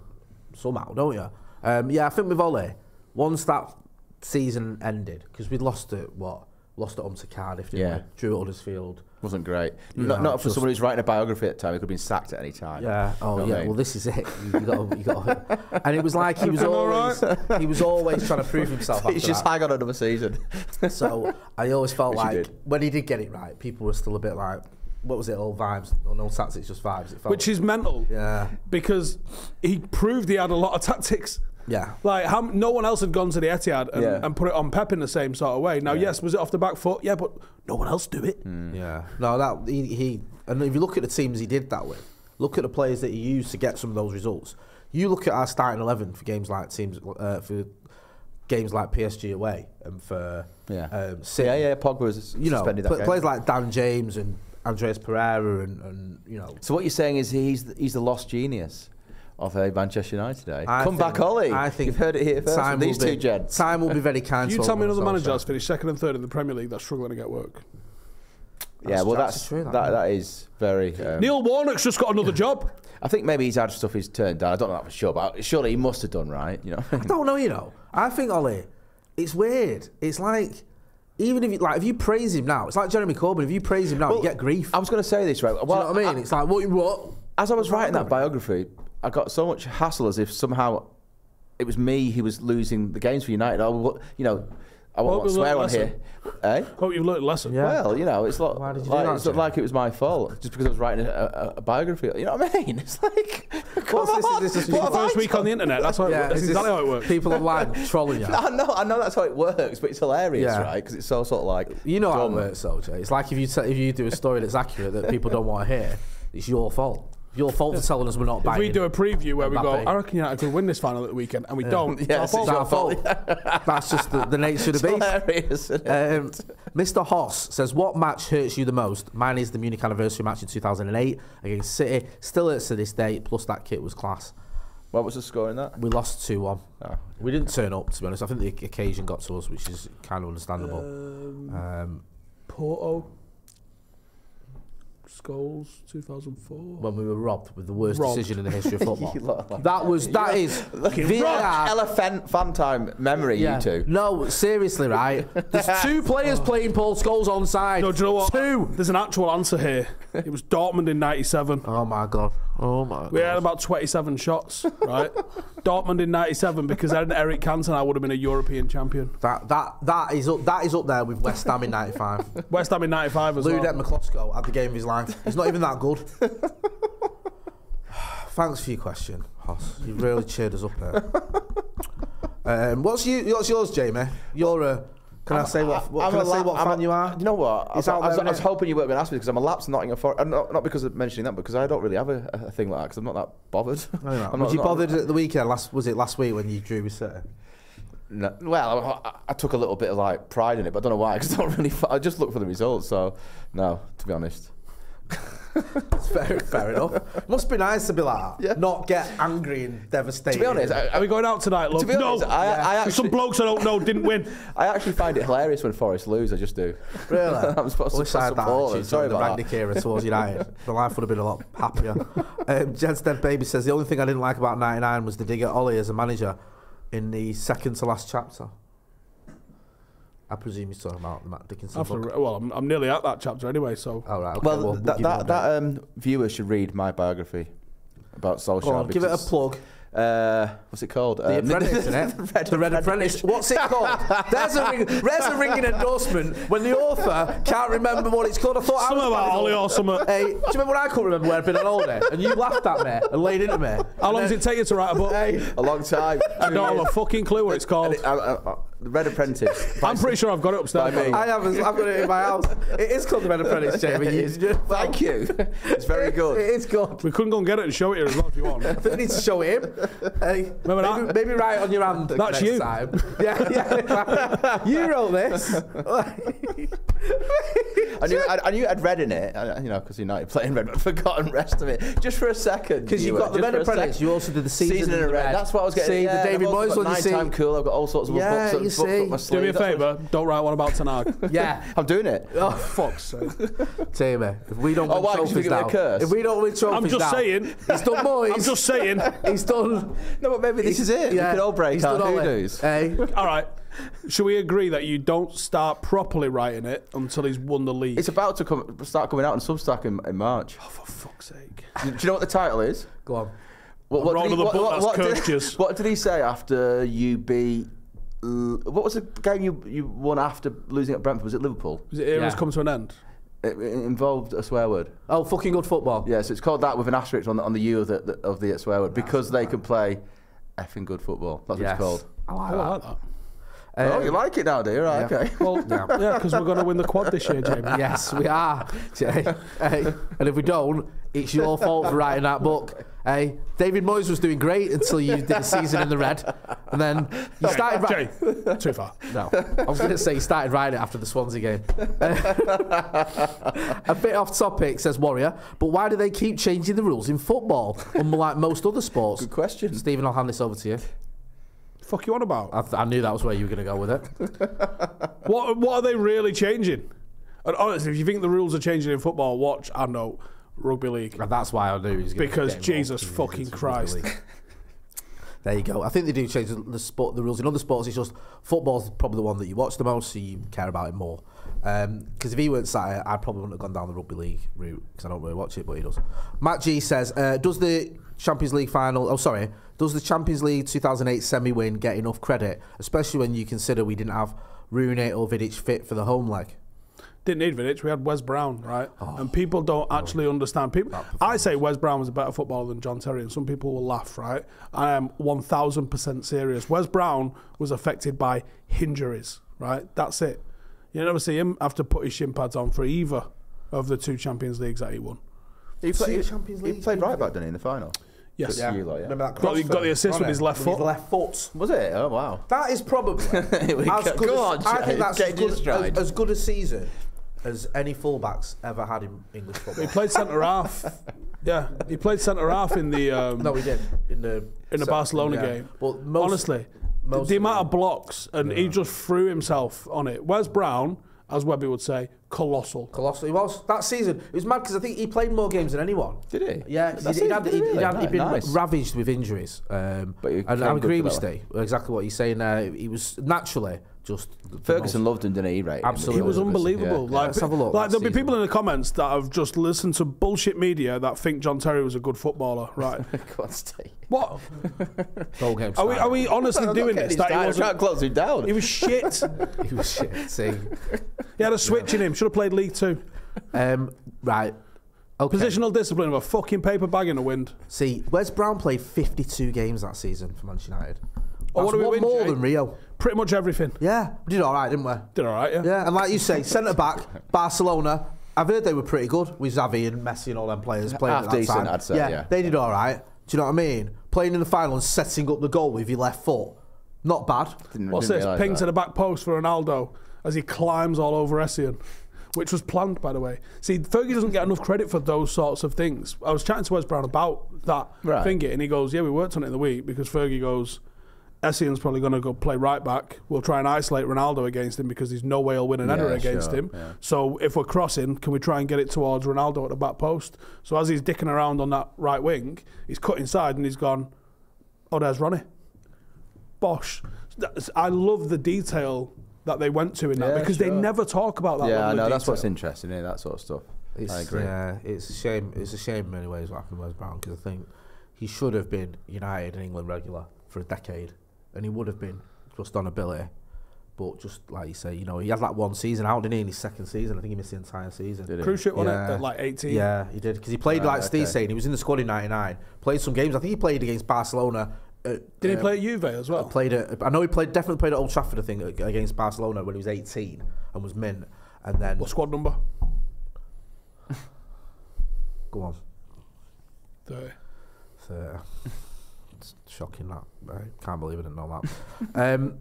Speaker 2: somehow, don't you? Um, yeah, I think with Ole, once that season ended, because we'd lost at what Lost at home to Cardiff, didn't
Speaker 3: Yeah.
Speaker 2: we? Drew at Huddersfield.
Speaker 3: Wasn't great. not, not for someone who's writing a biography at the time. He could have been sacked at any time.
Speaker 2: Yeah. Oh
Speaker 3: Know what I
Speaker 2: yeah.
Speaker 3: mean?
Speaker 2: Well, this is it. You got.
Speaker 3: <laughs>
Speaker 2: You got. And it was like he was always. He was always trying to
Speaker 3: <laughs>
Speaker 2: prove himself. After
Speaker 3: He's just
Speaker 2: that.
Speaker 3: hang on
Speaker 2: <laughs>
Speaker 3: another season.
Speaker 2: So I always felt
Speaker 3: Which he
Speaker 2: like
Speaker 3: did.
Speaker 2: when he did get it right, people were still a bit like, what was it? All vibes. No, no stats. It's just vibes. It felt.
Speaker 1: which is mental.
Speaker 2: Yeah.
Speaker 1: Because he proved he had a lot of tactics.
Speaker 2: Yeah.
Speaker 1: Like how no one else had gone to the Etihad and,
Speaker 3: Yeah.
Speaker 1: and put it on Pep in the same sort of way. Now, yes, was it off the back foot? Yeah, but no one else do
Speaker 3: Hmm.
Speaker 1: it.
Speaker 2: Yeah. Mm. No, that he, he and if you look at the teams he did that with, look at the players that he used to get some of those results. You look at our starting eleven for games like teams uh, for games like PSG away and for
Speaker 3: Yeah.
Speaker 2: um, City.
Speaker 3: yeah, yeah. Pogba was
Speaker 2: You know,
Speaker 3: suspended that
Speaker 2: pl-
Speaker 3: game.
Speaker 2: players like Dan James and Andreas Pereira and, and you know.
Speaker 3: So what you're saying is he's the, he's the lost genius of uh, Manchester United today.
Speaker 2: I
Speaker 3: Come
Speaker 2: think-
Speaker 3: back, Ollie.
Speaker 2: I think
Speaker 3: you've heard it here first.
Speaker 2: time
Speaker 3: from These
Speaker 2: will
Speaker 3: two
Speaker 2: be,
Speaker 3: gents.
Speaker 2: Time will be very kind.
Speaker 1: Can you
Speaker 2: to
Speaker 1: tell me
Speaker 2: Ole
Speaker 1: another
Speaker 2: Gunnar
Speaker 1: manager
Speaker 2: Solskjaer.
Speaker 1: that's finished second and third in the Premier League that's struggling to get work?
Speaker 3: yeah, well,
Speaker 2: that's
Speaker 3: that's
Speaker 2: true,
Speaker 3: that,
Speaker 2: that,
Speaker 3: that
Speaker 2: isn't
Speaker 3: is very. Um,
Speaker 1: Neil Warnock's just got another job.
Speaker 3: I think maybe he's had stuff he's turned down. I don't know that for sure, but surely he must have done right.
Speaker 2: <laughs>
Speaker 3: You know,
Speaker 2: I don't know, you know. I think Ollie, it's weird. It's like even if you like if you praise him now, it's like Jeremy Corbyn. If you praise him now, you get grief.
Speaker 3: I was going to say this right. Well,
Speaker 2: Do you know what I mean? it's like what what
Speaker 3: as I was writing that biography, I got so much hassle as if somehow it was me who was losing the games for United. I, wa- you know, I won't
Speaker 1: Well,
Speaker 3: swear on
Speaker 1: listen.
Speaker 3: here, eh?
Speaker 1: Hope you've learned a lesson.
Speaker 3: Well, you know, it's not,
Speaker 2: Why did you do
Speaker 3: like,
Speaker 2: that,
Speaker 3: it's not
Speaker 2: Jim?
Speaker 3: like it was my fault just because I was writing a, a, a biography. You know what I mean? <laughs> It's like, come
Speaker 2: What's this-
Speaker 3: on,
Speaker 2: is this just
Speaker 3: what
Speaker 2: your
Speaker 3: have I
Speaker 1: First week
Speaker 3: done?
Speaker 1: on the internet. That's, how it,
Speaker 2: Yeah,
Speaker 1: that's
Speaker 2: it's
Speaker 1: exactly
Speaker 2: just
Speaker 1: how it works.
Speaker 2: People online
Speaker 3: <laughs>
Speaker 2: trolling you.
Speaker 3: I know, I know that's how it works, but it's hilarious,
Speaker 2: Yeah.
Speaker 3: right? Because it's so sort of like
Speaker 2: You know how it
Speaker 3: dumb.
Speaker 2: works, though, Jay. It's like if you t- if you do a story that's accurate that people don't want to hear, it's your fault. Your fault for telling us we're not
Speaker 1: If
Speaker 2: buying.
Speaker 1: we do a preview where we go,
Speaker 2: Mbappe.
Speaker 1: I reckon United could win this final at the weekend, and we don't. it's
Speaker 3: Yes,
Speaker 1: our fault.
Speaker 2: it's our fault. <laughs> That's just the, the nature of
Speaker 3: It's
Speaker 2: the beast.
Speaker 3: hilarious. isn't it?
Speaker 2: Um, Mr. Hoss says, "What match hurts you the most? Mine is the Munich anniversary match in 2008 against City. Still hurts to this day. Plus that kit was class.
Speaker 3: what was the score in that? <laughs>
Speaker 2: We lost two one. we didn't turn up to be honest. I think the occasion got to us, which is kind of understandable. um,
Speaker 1: Porto, Scholes, 2004.
Speaker 2: when we were robbed with the worst
Speaker 1: Robbed.
Speaker 2: decision in the <laughs> history of
Speaker 3: You
Speaker 2: football.
Speaker 3: lot are-
Speaker 2: that was that is VAR.
Speaker 3: Rock elephant fan time memory,
Speaker 2: Yeah.
Speaker 3: you two.
Speaker 2: No, seriously, right? There's <laughs> two players playing Paul Scholes onside.
Speaker 1: No, do you know what?
Speaker 2: Two.
Speaker 1: There's an actual answer
Speaker 2: <laughs>
Speaker 1: here. It was Dortmund in 97.
Speaker 2: Oh my god. Oh my god.
Speaker 1: We had about 27 shots,
Speaker 2: <laughs>
Speaker 1: right? Dortmund in 97, because then Eric Cantona would have been a European champion.
Speaker 2: That that that is up that is up there with West Ham in
Speaker 3: <laughs>
Speaker 2: '95.
Speaker 1: West Ham in 95 as
Speaker 2: Ludek
Speaker 1: well.
Speaker 2: McCloskey had the game of his life. He's not even that
Speaker 3: <laughs>
Speaker 2: good. <sighs> Thanks for your question, Hoss. You really cheered us up there. Um, what's you what's yours, Jamie? You're a can i say what, what
Speaker 3: I'm
Speaker 2: can I
Speaker 3: a
Speaker 2: say
Speaker 3: la-
Speaker 2: what
Speaker 3: I'm
Speaker 2: fan
Speaker 3: a-
Speaker 2: you are?
Speaker 3: You know what? I,
Speaker 2: It's
Speaker 3: was-
Speaker 2: out
Speaker 3: I was,
Speaker 2: there,
Speaker 3: I was
Speaker 2: innit?
Speaker 3: hoping you weren't going to ask me because I'm a lapsed Nottingham Forest. uh, Not, not because of mentioning that, but because I don't really have a, a thing like that because I'm not that bothered.
Speaker 2: I know.
Speaker 3: <laughs>
Speaker 2: Was
Speaker 3: I'm not-
Speaker 2: Oh, you
Speaker 3: not-
Speaker 2: bothered at the weekend? Last was it last week when you drew with City? <laughs>
Speaker 3: No. Well, I, I took a little bit of like pride in it, but <laughs> I don't know why. Because not really. I just look for the results. So, no, to be honest.
Speaker 2: Fair, fair enough. Must be nice to be like that.
Speaker 3: Yeah.
Speaker 2: Not get angry and devastated.
Speaker 3: To be honest, I,
Speaker 1: Are we going out tonight, love?
Speaker 3: To be honest,
Speaker 1: no.
Speaker 3: I- I actually-
Speaker 1: Some blokes I don't know didn't win.
Speaker 3: I actually find it hilarious when Forest lose. I just do.
Speaker 2: Really?
Speaker 3: <laughs> I'm supposed to
Speaker 2: Wish I had that
Speaker 3: support
Speaker 2: attitude
Speaker 3: them. Sorry
Speaker 2: during the
Speaker 3: about
Speaker 2: Ragnick
Speaker 3: that.
Speaker 2: era towards United.
Speaker 3: <laughs>
Speaker 2: the life would have been a lot happier. um, Jed's Dead Baby says, the only thing I didn't like about 99 was the dig at Ollie as a manager in the second to last chapter. I presume he's talking about the Matt Dickinson
Speaker 1: After,
Speaker 2: book.
Speaker 1: well, I'm, I'm nearly at that chapter anyway, so.
Speaker 2: All right. Okay,
Speaker 3: well,
Speaker 2: well, we'll give
Speaker 3: that,
Speaker 2: him
Speaker 3: that,
Speaker 2: a
Speaker 3: that um, viewer should read my biography about Solskjaer.
Speaker 2: break. Go on, give it a
Speaker 3: because-
Speaker 2: plug.
Speaker 3: Uh, what's it called? <laughs>
Speaker 2: The
Speaker 3: Um,
Speaker 2: Apprentice, innit?
Speaker 3: Red
Speaker 2: the Red Apprentice. What's it
Speaker 3: <laughs>
Speaker 2: called? there's, a ring, there's a ringing endorsement when the author can't remember what it's called. I thought I
Speaker 1: Something
Speaker 2: was
Speaker 1: about
Speaker 2: bad
Speaker 1: Ollie or something.
Speaker 2: Hey, do you remember when I couldn't remember where I'd been on holiday? And you laughed at me and laid into me.
Speaker 1: How long does it take you to write a book?
Speaker 3: a long time.
Speaker 2: <laughs>
Speaker 1: I don't
Speaker 3: <laughs>
Speaker 1: have a fucking clue what it's called.
Speaker 3: Uh, uh, uh, the Red Apprentice.
Speaker 1: I'm pretty sure I've got it upstairs.
Speaker 3: By me.
Speaker 2: I have. I've got it in my house. It is called the Red Apprentice, Jamie. You-
Speaker 3: <laughs> Thank you. It's very
Speaker 2: It
Speaker 3: good.
Speaker 2: is good.
Speaker 1: We couldn't go and get it and show it here as well if you want.
Speaker 2: I think we need to show him. Hey,
Speaker 1: Remember
Speaker 2: maybe,
Speaker 1: that?
Speaker 2: maybe write it on your hand.
Speaker 1: That's
Speaker 2: next
Speaker 1: you.
Speaker 2: Time. <laughs> Yeah, yeah. you wrote
Speaker 3: <laughs>
Speaker 2: this. <laughs>
Speaker 3: I knew, I, I knew I'd read in it, I- you know, because United <laughs> playing red, but forgotten rest of it just for a second.
Speaker 2: 'Cause you've
Speaker 3: were,
Speaker 2: got the
Speaker 3: just
Speaker 2: Red
Speaker 3: for a
Speaker 2: Apprentice,
Speaker 3: sec.
Speaker 2: you also did the Season in
Speaker 3: in
Speaker 2: the
Speaker 3: red.
Speaker 2: Red.
Speaker 3: That's what I was getting.
Speaker 2: See, uh, the
Speaker 3: yeah,
Speaker 2: David
Speaker 3: I've also
Speaker 2: Moyes
Speaker 3: got
Speaker 2: one, you
Speaker 3: nine
Speaker 2: see.
Speaker 3: Time <laughs> cool. I've got all sorts of
Speaker 2: Yeah,
Speaker 3: books. and
Speaker 2: you
Speaker 3: books
Speaker 2: see.
Speaker 3: up my
Speaker 2: Do
Speaker 1: <laughs> Do me a
Speaker 3: sleeve. That's what-
Speaker 1: favour, don't write one about Tanag.
Speaker 2: Yeah.
Speaker 3: I'm doing it.
Speaker 2: Oh fuck's sake, Jamie! If we don't
Speaker 3: Oh,
Speaker 2: win
Speaker 3: why? 'Cause
Speaker 2: trophies
Speaker 3: you think it'd be
Speaker 2: now,
Speaker 3: a curse?
Speaker 2: if we don't
Speaker 3: <laughs>
Speaker 2: win trophies
Speaker 1: I'm just
Speaker 2: now,
Speaker 1: saying.
Speaker 2: he's done Moyes.
Speaker 1: I'm just saying.
Speaker 2: <laughs> he's done.
Speaker 3: <laughs> No, but maybe this is it. We
Speaker 2: Yeah,
Speaker 3: could all break
Speaker 2: he's
Speaker 3: our
Speaker 2: done Uh, Ollie.
Speaker 3: hoodoos.
Speaker 2: Hey,
Speaker 1: All right. Should we agree that you don't start properly writing it until he's won the league?
Speaker 3: It's about to come, start coming out on Substack in, in March. <sighs>
Speaker 1: For fuck's sake.
Speaker 3: Do you know what the title is?
Speaker 2: Go on.
Speaker 3: What,
Speaker 1: I'm
Speaker 3: did
Speaker 1: wrong
Speaker 3: he-
Speaker 1: with the book, that's
Speaker 3: did-
Speaker 1: courteous.
Speaker 3: <laughs> what did he say after you beat? L- What was the game you you won after losing at Brentford? Was it Liverpool?
Speaker 1: Is it era's
Speaker 4: Yeah.
Speaker 1: come to an end?
Speaker 3: It, it involved a swear word.
Speaker 2: Oh, fucking good football.
Speaker 3: Yeah, so it's called that with an asterisk on the, on the U of the, the of the swear word because they can play effing good football. That's
Speaker 4: Yes.
Speaker 3: what it's called.
Speaker 2: I like
Speaker 1: I
Speaker 2: that.
Speaker 1: like that.
Speaker 3: oh, you like it now, do you? Right, okay.
Speaker 2: Well, <laughs>
Speaker 1: Yeah, because we're going to win the quad this year, <laughs> Jamie.
Speaker 2: yes, we are. <laughs> Jay. Hey, and if we don't, it's your fault for writing that book. Hey, David Moyes was doing great until you did a season in the red, and then you started. wri-
Speaker 1: Jay, too far.
Speaker 2: No, I was going to say he started riding it after the Swansea game. <laughs> a bit off topic, says Warrior. But why do they keep changing the rules in football, unlike most other sports?
Speaker 3: Good question.
Speaker 2: Stephen, I'll hand this over to you.
Speaker 1: Fuck you on about?
Speaker 2: I, th- I knew that was where you were going to go with it.
Speaker 1: What What are they really changing? And honestly, if you think the rules are changing in football, watch I know rugby league
Speaker 2: And that's why I knew he was going
Speaker 1: because Jesus fucking Christ.
Speaker 2: <laughs> There you go. I think they do change the, the sport, the rules in other sports. It's just football's probably the one that you watch the most, so you care about it more. Because if he weren't sat here, I probably wouldn't have gone down the rugby league route because I don't really watch it, but he does. Matt G says, uh, does the Champions League final? Oh, sorry, does the Champions League 2008 semi-win get enough credit, especially when you consider we didn't have Rooney or Vidic fit for the home leg?
Speaker 1: Didn't need Vidic. We had Wes Brown, right? and people don't actually understand. People, I say Wes Brown was a better footballer than John Terry, and some people will laugh, right? I am one thousand percent serious. Wes Brown was affected by injuries, right? That's it. You never see him have to put his shin pads on for either of the two Champions Leagues that he won.
Speaker 3: He,
Speaker 2: See
Speaker 3: played,
Speaker 2: the Champions
Speaker 3: he, he
Speaker 2: League?
Speaker 3: played right back, didn't he, in the final?
Speaker 1: Yes.
Speaker 3: Yeah. You lot, yeah.
Speaker 2: Remember that
Speaker 1: Got the-
Speaker 2: cross
Speaker 1: got the
Speaker 2: from
Speaker 1: assist with
Speaker 2: Rooney?
Speaker 1: his left
Speaker 2: With
Speaker 1: foot.
Speaker 2: left foot.
Speaker 3: Was it? Oh wow.
Speaker 2: That is
Speaker 3: <laughs>
Speaker 2: probably
Speaker 3: we
Speaker 2: as
Speaker 3: go.
Speaker 2: good
Speaker 3: Go
Speaker 2: as,
Speaker 3: on,
Speaker 2: I think
Speaker 3: Jay.
Speaker 2: that's
Speaker 3: Get
Speaker 2: as
Speaker 3: your
Speaker 2: good,
Speaker 3: stride.
Speaker 2: as, as good a season as any fullbacks ever had in English football.
Speaker 3: <laughs>
Speaker 1: He played centre half. Yeah, he played centre half in the um,
Speaker 2: no, he did in the
Speaker 1: in the Barcelona
Speaker 2: yeah.
Speaker 1: game.
Speaker 2: Well, most-
Speaker 1: honestly,
Speaker 2: most
Speaker 1: the
Speaker 2: of
Speaker 1: amount
Speaker 2: the-
Speaker 1: of blocks and he just threw himself on it. Where's Brown, as Webby would say, colossal.
Speaker 2: Colossal. He was that season. It was mad because I think he played more games than anyone.
Speaker 3: Did he?
Speaker 2: Yeah, 'cause
Speaker 3: That
Speaker 2: he'd,
Speaker 3: season,
Speaker 2: had,
Speaker 3: did
Speaker 2: he'd,
Speaker 3: he really?
Speaker 2: had- he'd been
Speaker 3: Nice.
Speaker 2: ravaged with injuries. Um,
Speaker 3: But he
Speaker 2: and
Speaker 3: came
Speaker 2: I
Speaker 3: good
Speaker 2: agree
Speaker 3: for
Speaker 2: with
Speaker 3: that one.
Speaker 2: Steve. Exactly what he's saying there. He was naturally just the
Speaker 3: Ferguson
Speaker 2: most-
Speaker 3: loved him, didn't he? Right.
Speaker 2: Absolutely.
Speaker 1: It was
Speaker 3: Yeah.
Speaker 1: unbelievable. Like,
Speaker 2: Let's have a look.
Speaker 1: like there'll be
Speaker 2: Season.
Speaker 1: people in the comments that have just listened to bullshit media that think John Terry was a good footballer,
Speaker 2: <laughs>
Speaker 1: right?
Speaker 3: Go on, Steve.
Speaker 1: what
Speaker 2: goal game.
Speaker 1: are we? Are
Speaker 2: starter.
Speaker 1: we honestly
Speaker 3: I'm not
Speaker 1: doing
Speaker 3: getting
Speaker 1: this?
Speaker 3: his
Speaker 1: That he
Speaker 3: time. I'm trying to
Speaker 1: wasn't.
Speaker 3: close him down.
Speaker 1: He was shit.
Speaker 2: <laughs> He was shit. See,
Speaker 1: he had a switch in him. Should have played League Two.
Speaker 2: um, right. Okay.
Speaker 1: Positional discipline with a fucking paper bag in the wind.
Speaker 2: See, Wes Brown played 52 games that season for Manchester United.
Speaker 1: Oh,
Speaker 2: That's
Speaker 1: what do we
Speaker 2: one
Speaker 1: win,
Speaker 2: more
Speaker 1: Jay?
Speaker 2: than Rio.
Speaker 1: Pretty much everything.
Speaker 2: Yeah, we did all right, didn't we?
Speaker 1: Did all right, yeah.
Speaker 2: Yeah, and like you say, centre back, Barcelona. I've heard they were pretty good with Xavi and Messi and all them players playing
Speaker 3: Half
Speaker 2: at that
Speaker 3: decent,
Speaker 2: time.
Speaker 3: I'd say, yeah.
Speaker 2: they did all right. Do you know what I mean? Playing in the final and setting up the goal with your left foot, not bad.
Speaker 3: Didn't-
Speaker 1: What's
Speaker 3: didn't
Speaker 1: this?
Speaker 3: realise
Speaker 1: Ping
Speaker 3: that.
Speaker 1: to the back post for Ronaldo as he climbs all over Essien, which was planned, by the way. See, Fergie doesn't get enough credit for those sorts of things. I was chatting to Wes Brown about that
Speaker 3: Right.
Speaker 1: thing, and he goes, "Yeah, we worked on it in the week because Fergie goes." Essien's probably going to go play right back. We'll try and isolate Ronaldo against him because there's no way he'll win an header against
Speaker 3: sure,
Speaker 1: him.
Speaker 3: yeah.
Speaker 1: So if we're crossing, can we try and get it towards Ronaldo at the back post? So as he's dicking around on that right wing, he's cut inside and he's gone, oh, there's Ronnie. Bosh. That's- I love the detail that they went to in that
Speaker 3: Yeah,
Speaker 1: because they
Speaker 3: sure.
Speaker 1: never talk about that.
Speaker 3: Yeah,
Speaker 1: level
Speaker 3: I
Speaker 1: of
Speaker 3: know. That's
Speaker 1: detail.
Speaker 3: what's interesting, is That sort of stuff.
Speaker 2: It's,
Speaker 3: I agree.
Speaker 2: Yeah, it's a shame. It's a shame in many ways what happened with Wes Brown because I think he should have been United and England regular for a decade, and he would have been just on ability. But just like you say, you know, he had that one season out, didn't he? In his second season, I think he missed the entire season.
Speaker 3: Did he? Ah,
Speaker 1: Cruciate on
Speaker 2: Yeah.
Speaker 1: it at like 18.
Speaker 2: Yeah, he did because he played like Steve
Speaker 3: okay.
Speaker 2: saying he was in the squad in '99. Played some games. I think he played against Barcelona. Uh,
Speaker 1: Did he
Speaker 2: uh,
Speaker 1: play at Juve as well?
Speaker 2: Played at, I know he played definitely played at Old Trafford. I think ag- against Barcelona when he was 18 and was mint. And then
Speaker 1: What squad number?
Speaker 2: go on.
Speaker 1: 30.
Speaker 2: So, Uh, it's shocking that. I can't believe I didn't know that. um,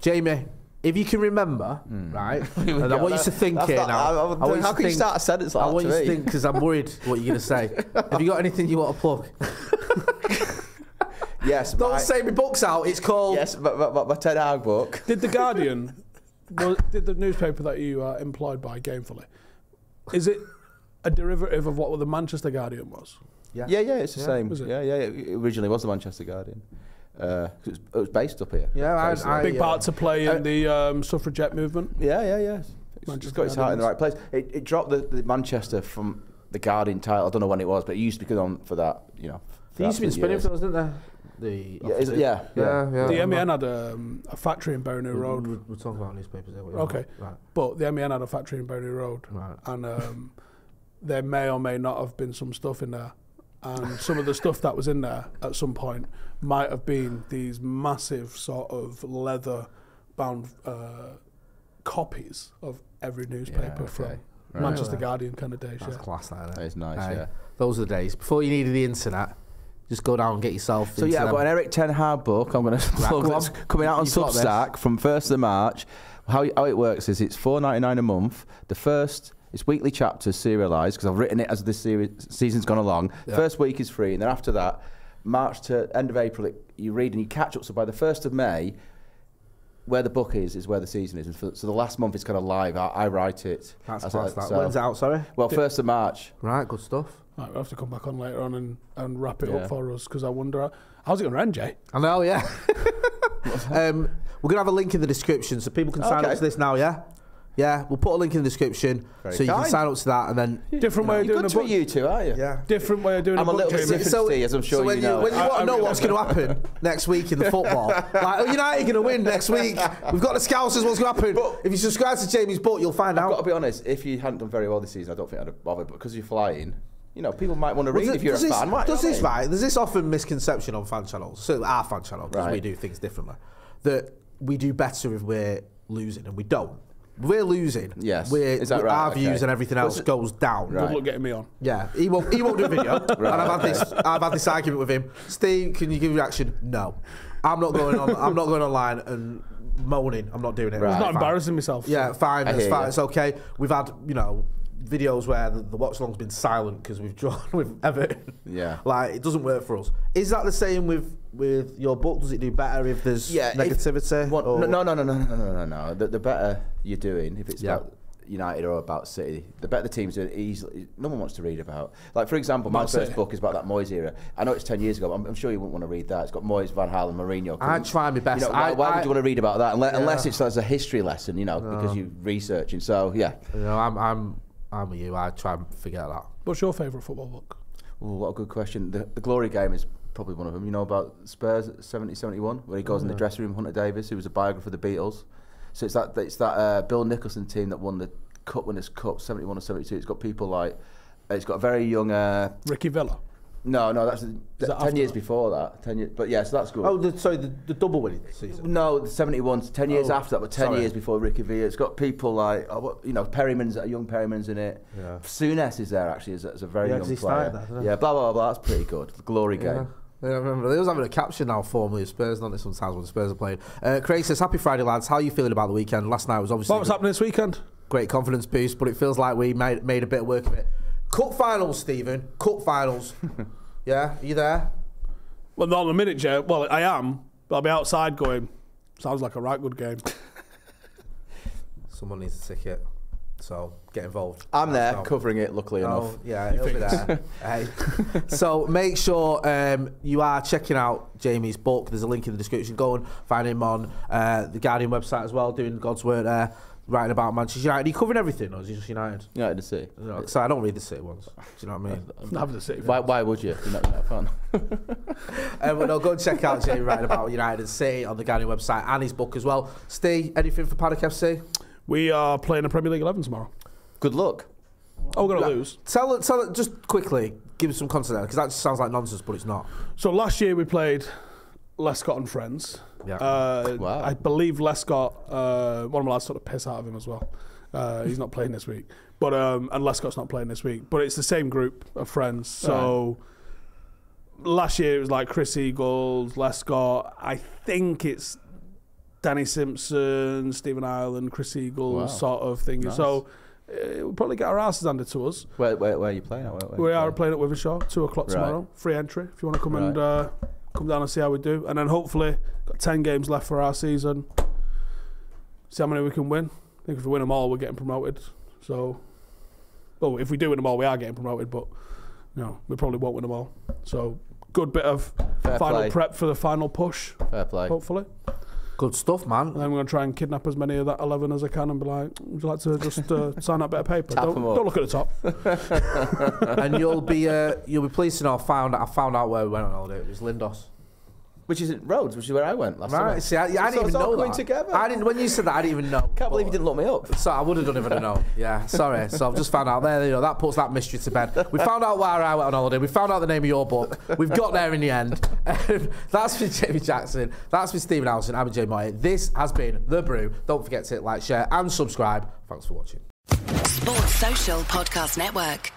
Speaker 2: Jamie, if you can remember, <laughs> right? and I want you to think
Speaker 3: That's
Speaker 2: here
Speaker 3: not-
Speaker 2: now.
Speaker 3: I- I-
Speaker 2: want
Speaker 3: how
Speaker 2: to
Speaker 3: can you start a sentence like
Speaker 2: I
Speaker 3: that
Speaker 2: want
Speaker 3: to
Speaker 2: you
Speaker 3: me?
Speaker 2: to think because I'm worried what you're going to say.
Speaker 3: <laughs>
Speaker 2: Have you got anything you want to plug?
Speaker 3: Yes.
Speaker 2: Don't
Speaker 3: my-
Speaker 2: say my book's out. It's called.
Speaker 3: Yes, but but but my Ted Hag book.
Speaker 1: Did the Guardian, <laughs> was, did the newspaper that you are employed by gamefully, is it a derivative of what the Manchester Guardian was?
Speaker 3: Yeah, yeah, it's the same.
Speaker 1: was it?
Speaker 3: Yeah, yeah, it originally was the Manchester Guardian. Uh, 'cause it, was, it was based up here.
Speaker 2: Yeah, I-
Speaker 3: Basically.
Speaker 2: I- uh,
Speaker 1: Big
Speaker 2: yeah.
Speaker 1: part to play in the um, suffragette movement.
Speaker 3: Uh, Yeah, yeah, yeah. It's
Speaker 1: Manchester
Speaker 3: Manchester got his heart in the
Speaker 1: Gardens.
Speaker 3: right place. It, it dropped the, the Manchester from the Guardian title. I don't know when it was, but it used to be on for that. You know,
Speaker 2: They used to be
Speaker 3: for
Speaker 2: spinning
Speaker 3: years.
Speaker 2: films, didn't they? The
Speaker 3: Yeah, is it- yeah,
Speaker 2: yeah, yeah.
Speaker 1: The
Speaker 2: I'm
Speaker 1: MEN
Speaker 2: not-
Speaker 1: had um, a factory in Bowney Road.
Speaker 2: We're, we're talking about newspapers. There,
Speaker 1: Okay.
Speaker 2: Right.
Speaker 1: But the MEN had a factory in Bowney Road,
Speaker 2: Right.
Speaker 1: and um, there may or may not have been some stuff in there, and some of the stuff that was in there at some point might have been these massive sort of leather bound uh, copies of every newspaper
Speaker 3: okay.
Speaker 1: from
Speaker 3: Right.
Speaker 1: Manchester Guardian kind of days.
Speaker 2: That's
Speaker 1: yeah.
Speaker 2: class, that, innit?
Speaker 3: That is nice,
Speaker 2: Aye.
Speaker 3: yeah.
Speaker 2: Those are the days. Before you needed the internet, just go down and get yourself.
Speaker 3: So
Speaker 2: into
Speaker 3: yeah, I've
Speaker 2: them.
Speaker 3: got an Eric Ten Hag book. <laughs> I'm going to plug
Speaker 2: go
Speaker 3: that's
Speaker 2: on.
Speaker 3: coming out on
Speaker 2: You've got this.
Speaker 3: Substack from first of March. How, how it works is it's four ninety nine a month. The first it's weekly chapters serialized because I've written it as this series, season's gone along. First week is free, and then after that, March to end of April, it, you read and you catch up. So by the first of May, where the book is is where the season is. And for, so the last month is kind of live. I, I write it.
Speaker 2: That's
Speaker 3: as
Speaker 2: class,
Speaker 3: a-
Speaker 2: that.
Speaker 3: so-
Speaker 2: When's it out, sorry?
Speaker 3: Well, first of March.
Speaker 2: Right, good stuff.
Speaker 1: Right, we'll have to come back on later on and, and wrap it
Speaker 3: Yeah.
Speaker 1: up for us because I wonder how's it going to end, Jay?
Speaker 2: I know,
Speaker 3: <laughs>
Speaker 2: yeah. um, we're going to have a link in the description so people can sign up
Speaker 3: Okay.
Speaker 2: to this now, yeah? Yeah, we'll put a link in the description so you
Speaker 3: kind.
Speaker 2: can sign up to that and
Speaker 3: <laughs>
Speaker 2: then.
Speaker 1: Different way of
Speaker 3: You're
Speaker 1: doing
Speaker 3: good
Speaker 1: a
Speaker 3: to
Speaker 1: book.
Speaker 3: you two, are you?
Speaker 2: Yeah.
Speaker 1: Different way of doing
Speaker 3: I'm
Speaker 1: a
Speaker 3: a
Speaker 1: book.
Speaker 3: little bit
Speaker 1: Jamie.
Speaker 3: different to as I'm sure
Speaker 2: so when
Speaker 3: you know.
Speaker 2: when you
Speaker 1: I-
Speaker 2: want
Speaker 1: I
Speaker 2: to know
Speaker 1: really
Speaker 2: what's going
Speaker 1: don't
Speaker 2: to
Speaker 3: <laughs>
Speaker 2: happen next week in the football, like oh, United going to win next week. We've got the Scousers. What's going to happen?
Speaker 3: But-
Speaker 2: if you subscribe to Jamie's book, you'll find
Speaker 3: I've
Speaker 2: out.
Speaker 3: got to be honest, if you hadn't done very well this season, I don't think I'd have bothered. But because you're flying, you know, people might want to read
Speaker 2: Well,
Speaker 3: if you're a
Speaker 2: does this,
Speaker 3: fan. right?
Speaker 2: does
Speaker 3: You know
Speaker 2: this
Speaker 3: what I mean?
Speaker 2: right? There's this often misconception on fan channels, so our fan channel, because we
Speaker 3: Right.
Speaker 2: do things differently, that we do better if we're losing, and we don't. We're losing.
Speaker 3: Yes.
Speaker 2: We're,
Speaker 3: Is that
Speaker 2: we-
Speaker 3: right?
Speaker 2: Our views
Speaker 3: Okay.
Speaker 2: and everything else goes down.
Speaker 3: Right.
Speaker 1: Good luck getting me on.
Speaker 2: Yeah, he won't. He won't do a
Speaker 3: <laughs>
Speaker 2: video. And I've had this. I've had this argument with him. Steve, can you give reaction? No, I'm not going on. I'm not going online and moaning. I'm not doing it.
Speaker 3: Right.
Speaker 1: I'm
Speaker 3: It's
Speaker 2: Fine.
Speaker 1: not embarrassing myself.
Speaker 2: Yeah, fine.
Speaker 3: I
Speaker 2: It's
Speaker 3: hear
Speaker 2: fine.
Speaker 3: you.
Speaker 2: It's okay. We've had you know videos where the, the watch long's been silent because we've <laughs> drawn with Everton.
Speaker 3: Yeah.
Speaker 2: like it doesn't work for us. Is that the same with with your book? Does it do better if there's
Speaker 3: if-
Speaker 2: negativity?
Speaker 3: What,
Speaker 2: or-
Speaker 3: no, no, no, no, no, no, no, no. The, the better you're doing, if it's
Speaker 2: Yeah.
Speaker 3: about United or about City, the better the team's doing. Easily, no one wants to read about. Like for example, my
Speaker 1: About
Speaker 3: first
Speaker 1: City.
Speaker 3: book is about that Moyes era. I know it's ten years ago. But I'm, I'm sure you wouldn't want to read that. It's got Moyes, Van Halen, Mourinho.
Speaker 2: I try my best.
Speaker 3: You know, why,
Speaker 2: I-
Speaker 3: why
Speaker 2: I-
Speaker 3: would you want to read about that unless, unless it's as a history lesson? You know, because you're researching. So yeah.
Speaker 2: You know, I'm I'm I'm with you. I try and forget that.
Speaker 1: What's your favourite football book?
Speaker 3: Ooh, what a good question. The, the glory game is probably one of them. You know about Spurs at 70 71, where he goes in the dressing room, Hunter Davis, who was a biographer of the Beatles. So it's that it's that uh, Bill Nicholson team that won the Cup Winners' Cup 71 or 72. It's got people like, it's got a very young. Uh,
Speaker 1: Ricky Villa.
Speaker 3: no, no, that's th-
Speaker 1: that
Speaker 3: 10
Speaker 1: after
Speaker 3: years
Speaker 1: that?
Speaker 3: before that. 10 years, but yeah, so that's good.
Speaker 2: Oh, the, sorry, the, the double winning season.
Speaker 3: No, the 71, 's 10 years
Speaker 2: Oh,
Speaker 3: after that, but 10
Speaker 2: sorry.
Speaker 3: years before Ricky Villa. It's got people like, oh, what, you know, Perryman's, a young Perryman's in it.
Speaker 2: Yeah.
Speaker 3: Souness is there actually as, a- as a very
Speaker 2: Yeah, 'cause
Speaker 3: young
Speaker 2: he
Speaker 3: player.
Speaker 2: started that, didn't he?
Speaker 3: yeah, blah, blah, blah. That's pretty good. The glory
Speaker 2: Yeah.
Speaker 3: game.
Speaker 2: Yeah, I remember. They was having a caption now formerly of Spurs, not it sometimes when Spurs are playing. Uh, Craig says, Happy Friday, lads. How are you feeling about the weekend? Last night was obviously
Speaker 1: What was
Speaker 2: a
Speaker 1: happening this weekend?
Speaker 2: great confidence boost, but it feels like we made, made a bit of work of it. Cup finals, Stephen. Cup finals. yeah, are you there?
Speaker 1: Well, not in a minute, Jay. Well, I am, but I'll be outside going, sounds like a right good <laughs> game.
Speaker 2: Someone needs a ticket, so get involved.
Speaker 3: I'm there
Speaker 2: No.
Speaker 3: covering it, luckily
Speaker 2: Oh,
Speaker 3: enough.
Speaker 2: yeah, it'll be there. Hey. so make sure um, you are checking out Jamie's book. There's a link in the description. Go and find him on uh, the Guardian website as well, doing God's work there, writing about Manchester United. Are you covering everything, or is it just United?
Speaker 3: United to see.
Speaker 2: You know, so I don't read the City ones. Do you know what I mean?
Speaker 1: Have the city.
Speaker 3: Why, why would you? You're not that fun.
Speaker 2: um, but no, go and check out Jamie writing about United and City on the Guardian website and his book as well. Steve, anything for Paddock FC?
Speaker 1: We are playing a Premier League 11 tomorrow.
Speaker 3: <laughs> Good luck.
Speaker 1: Oh, we're going to lose.
Speaker 2: Tell tell just quickly, give us some content because that just sounds like nonsense, but it's not.
Speaker 1: So last year we played Lescott and Friends.
Speaker 2: Yeah.
Speaker 1: Uh,
Speaker 3: Wow.
Speaker 1: I believe Lescott, uh, one of my lads took the piss out of him as well. Uh, he's not playing this week. But um, And Lescott's not playing this week. But it's the same group of friends. So last year it was like Chris Eagles, Lescott. I think it's Danny Simpson, Stephen Ireland, Chris Eagles
Speaker 3: Wow.
Speaker 1: sort of thing. So uh, we'll probably get our asses handed to us.
Speaker 3: Where, where, where are you playing at? Where- where
Speaker 1: We
Speaker 3: you
Speaker 1: are
Speaker 3: playing?
Speaker 1: playing at Withershire, two o'clock
Speaker 3: Right.
Speaker 1: tomorrow. Free entry if you want to come and
Speaker 3: Right.
Speaker 1: uh, come down and see how we do. And then hopefully got ten games left for our season. See how many we can win. I think if we win them all, we're getting promoted. So, well, if we do win them all, we are getting promoted. But you know, we probably won't win them all. So good bit of
Speaker 3: Fair
Speaker 1: final
Speaker 3: play.
Speaker 1: prep for the final push,
Speaker 3: Fair play.
Speaker 1: hopefully.
Speaker 2: Good stuff, man.
Speaker 1: And then we're going to try and kidnap as many of that 11 as I can and be like, would you like to just uh, <laughs> sign that bit of paper?
Speaker 3: Tap
Speaker 1: Don't,
Speaker 3: 'em up.
Speaker 1: don't look at the top.
Speaker 2: <laughs> and you'll be uh, you'll be pleased to know I found I found out where we went on holiday. It was Lindos.
Speaker 3: Which isn't Rhodes, which is where I went last summer.
Speaker 2: Right. See, I, I didn't
Speaker 3: So
Speaker 2: even
Speaker 3: it's all
Speaker 2: know
Speaker 3: coming
Speaker 2: that.
Speaker 3: together.
Speaker 2: I didn't. When you said that, I didn't even know.
Speaker 3: Can't believe you didn't look me up.
Speaker 2: So I would have done if I'd have known. Yeah, sorry. So I've just found out there. You know that puts that mystery to bed. We found out where I went on holiday. We found out the name of your book. We've got there in the end. <laughs> Um, that's for Jamie Jackson. That's for Stephen Allison. I'm Jay Moyer. This has been the Brew. Don't forget to hit like, share, and subscribe. Thanks for watching.
Speaker 4: Sports Social Podcast Network.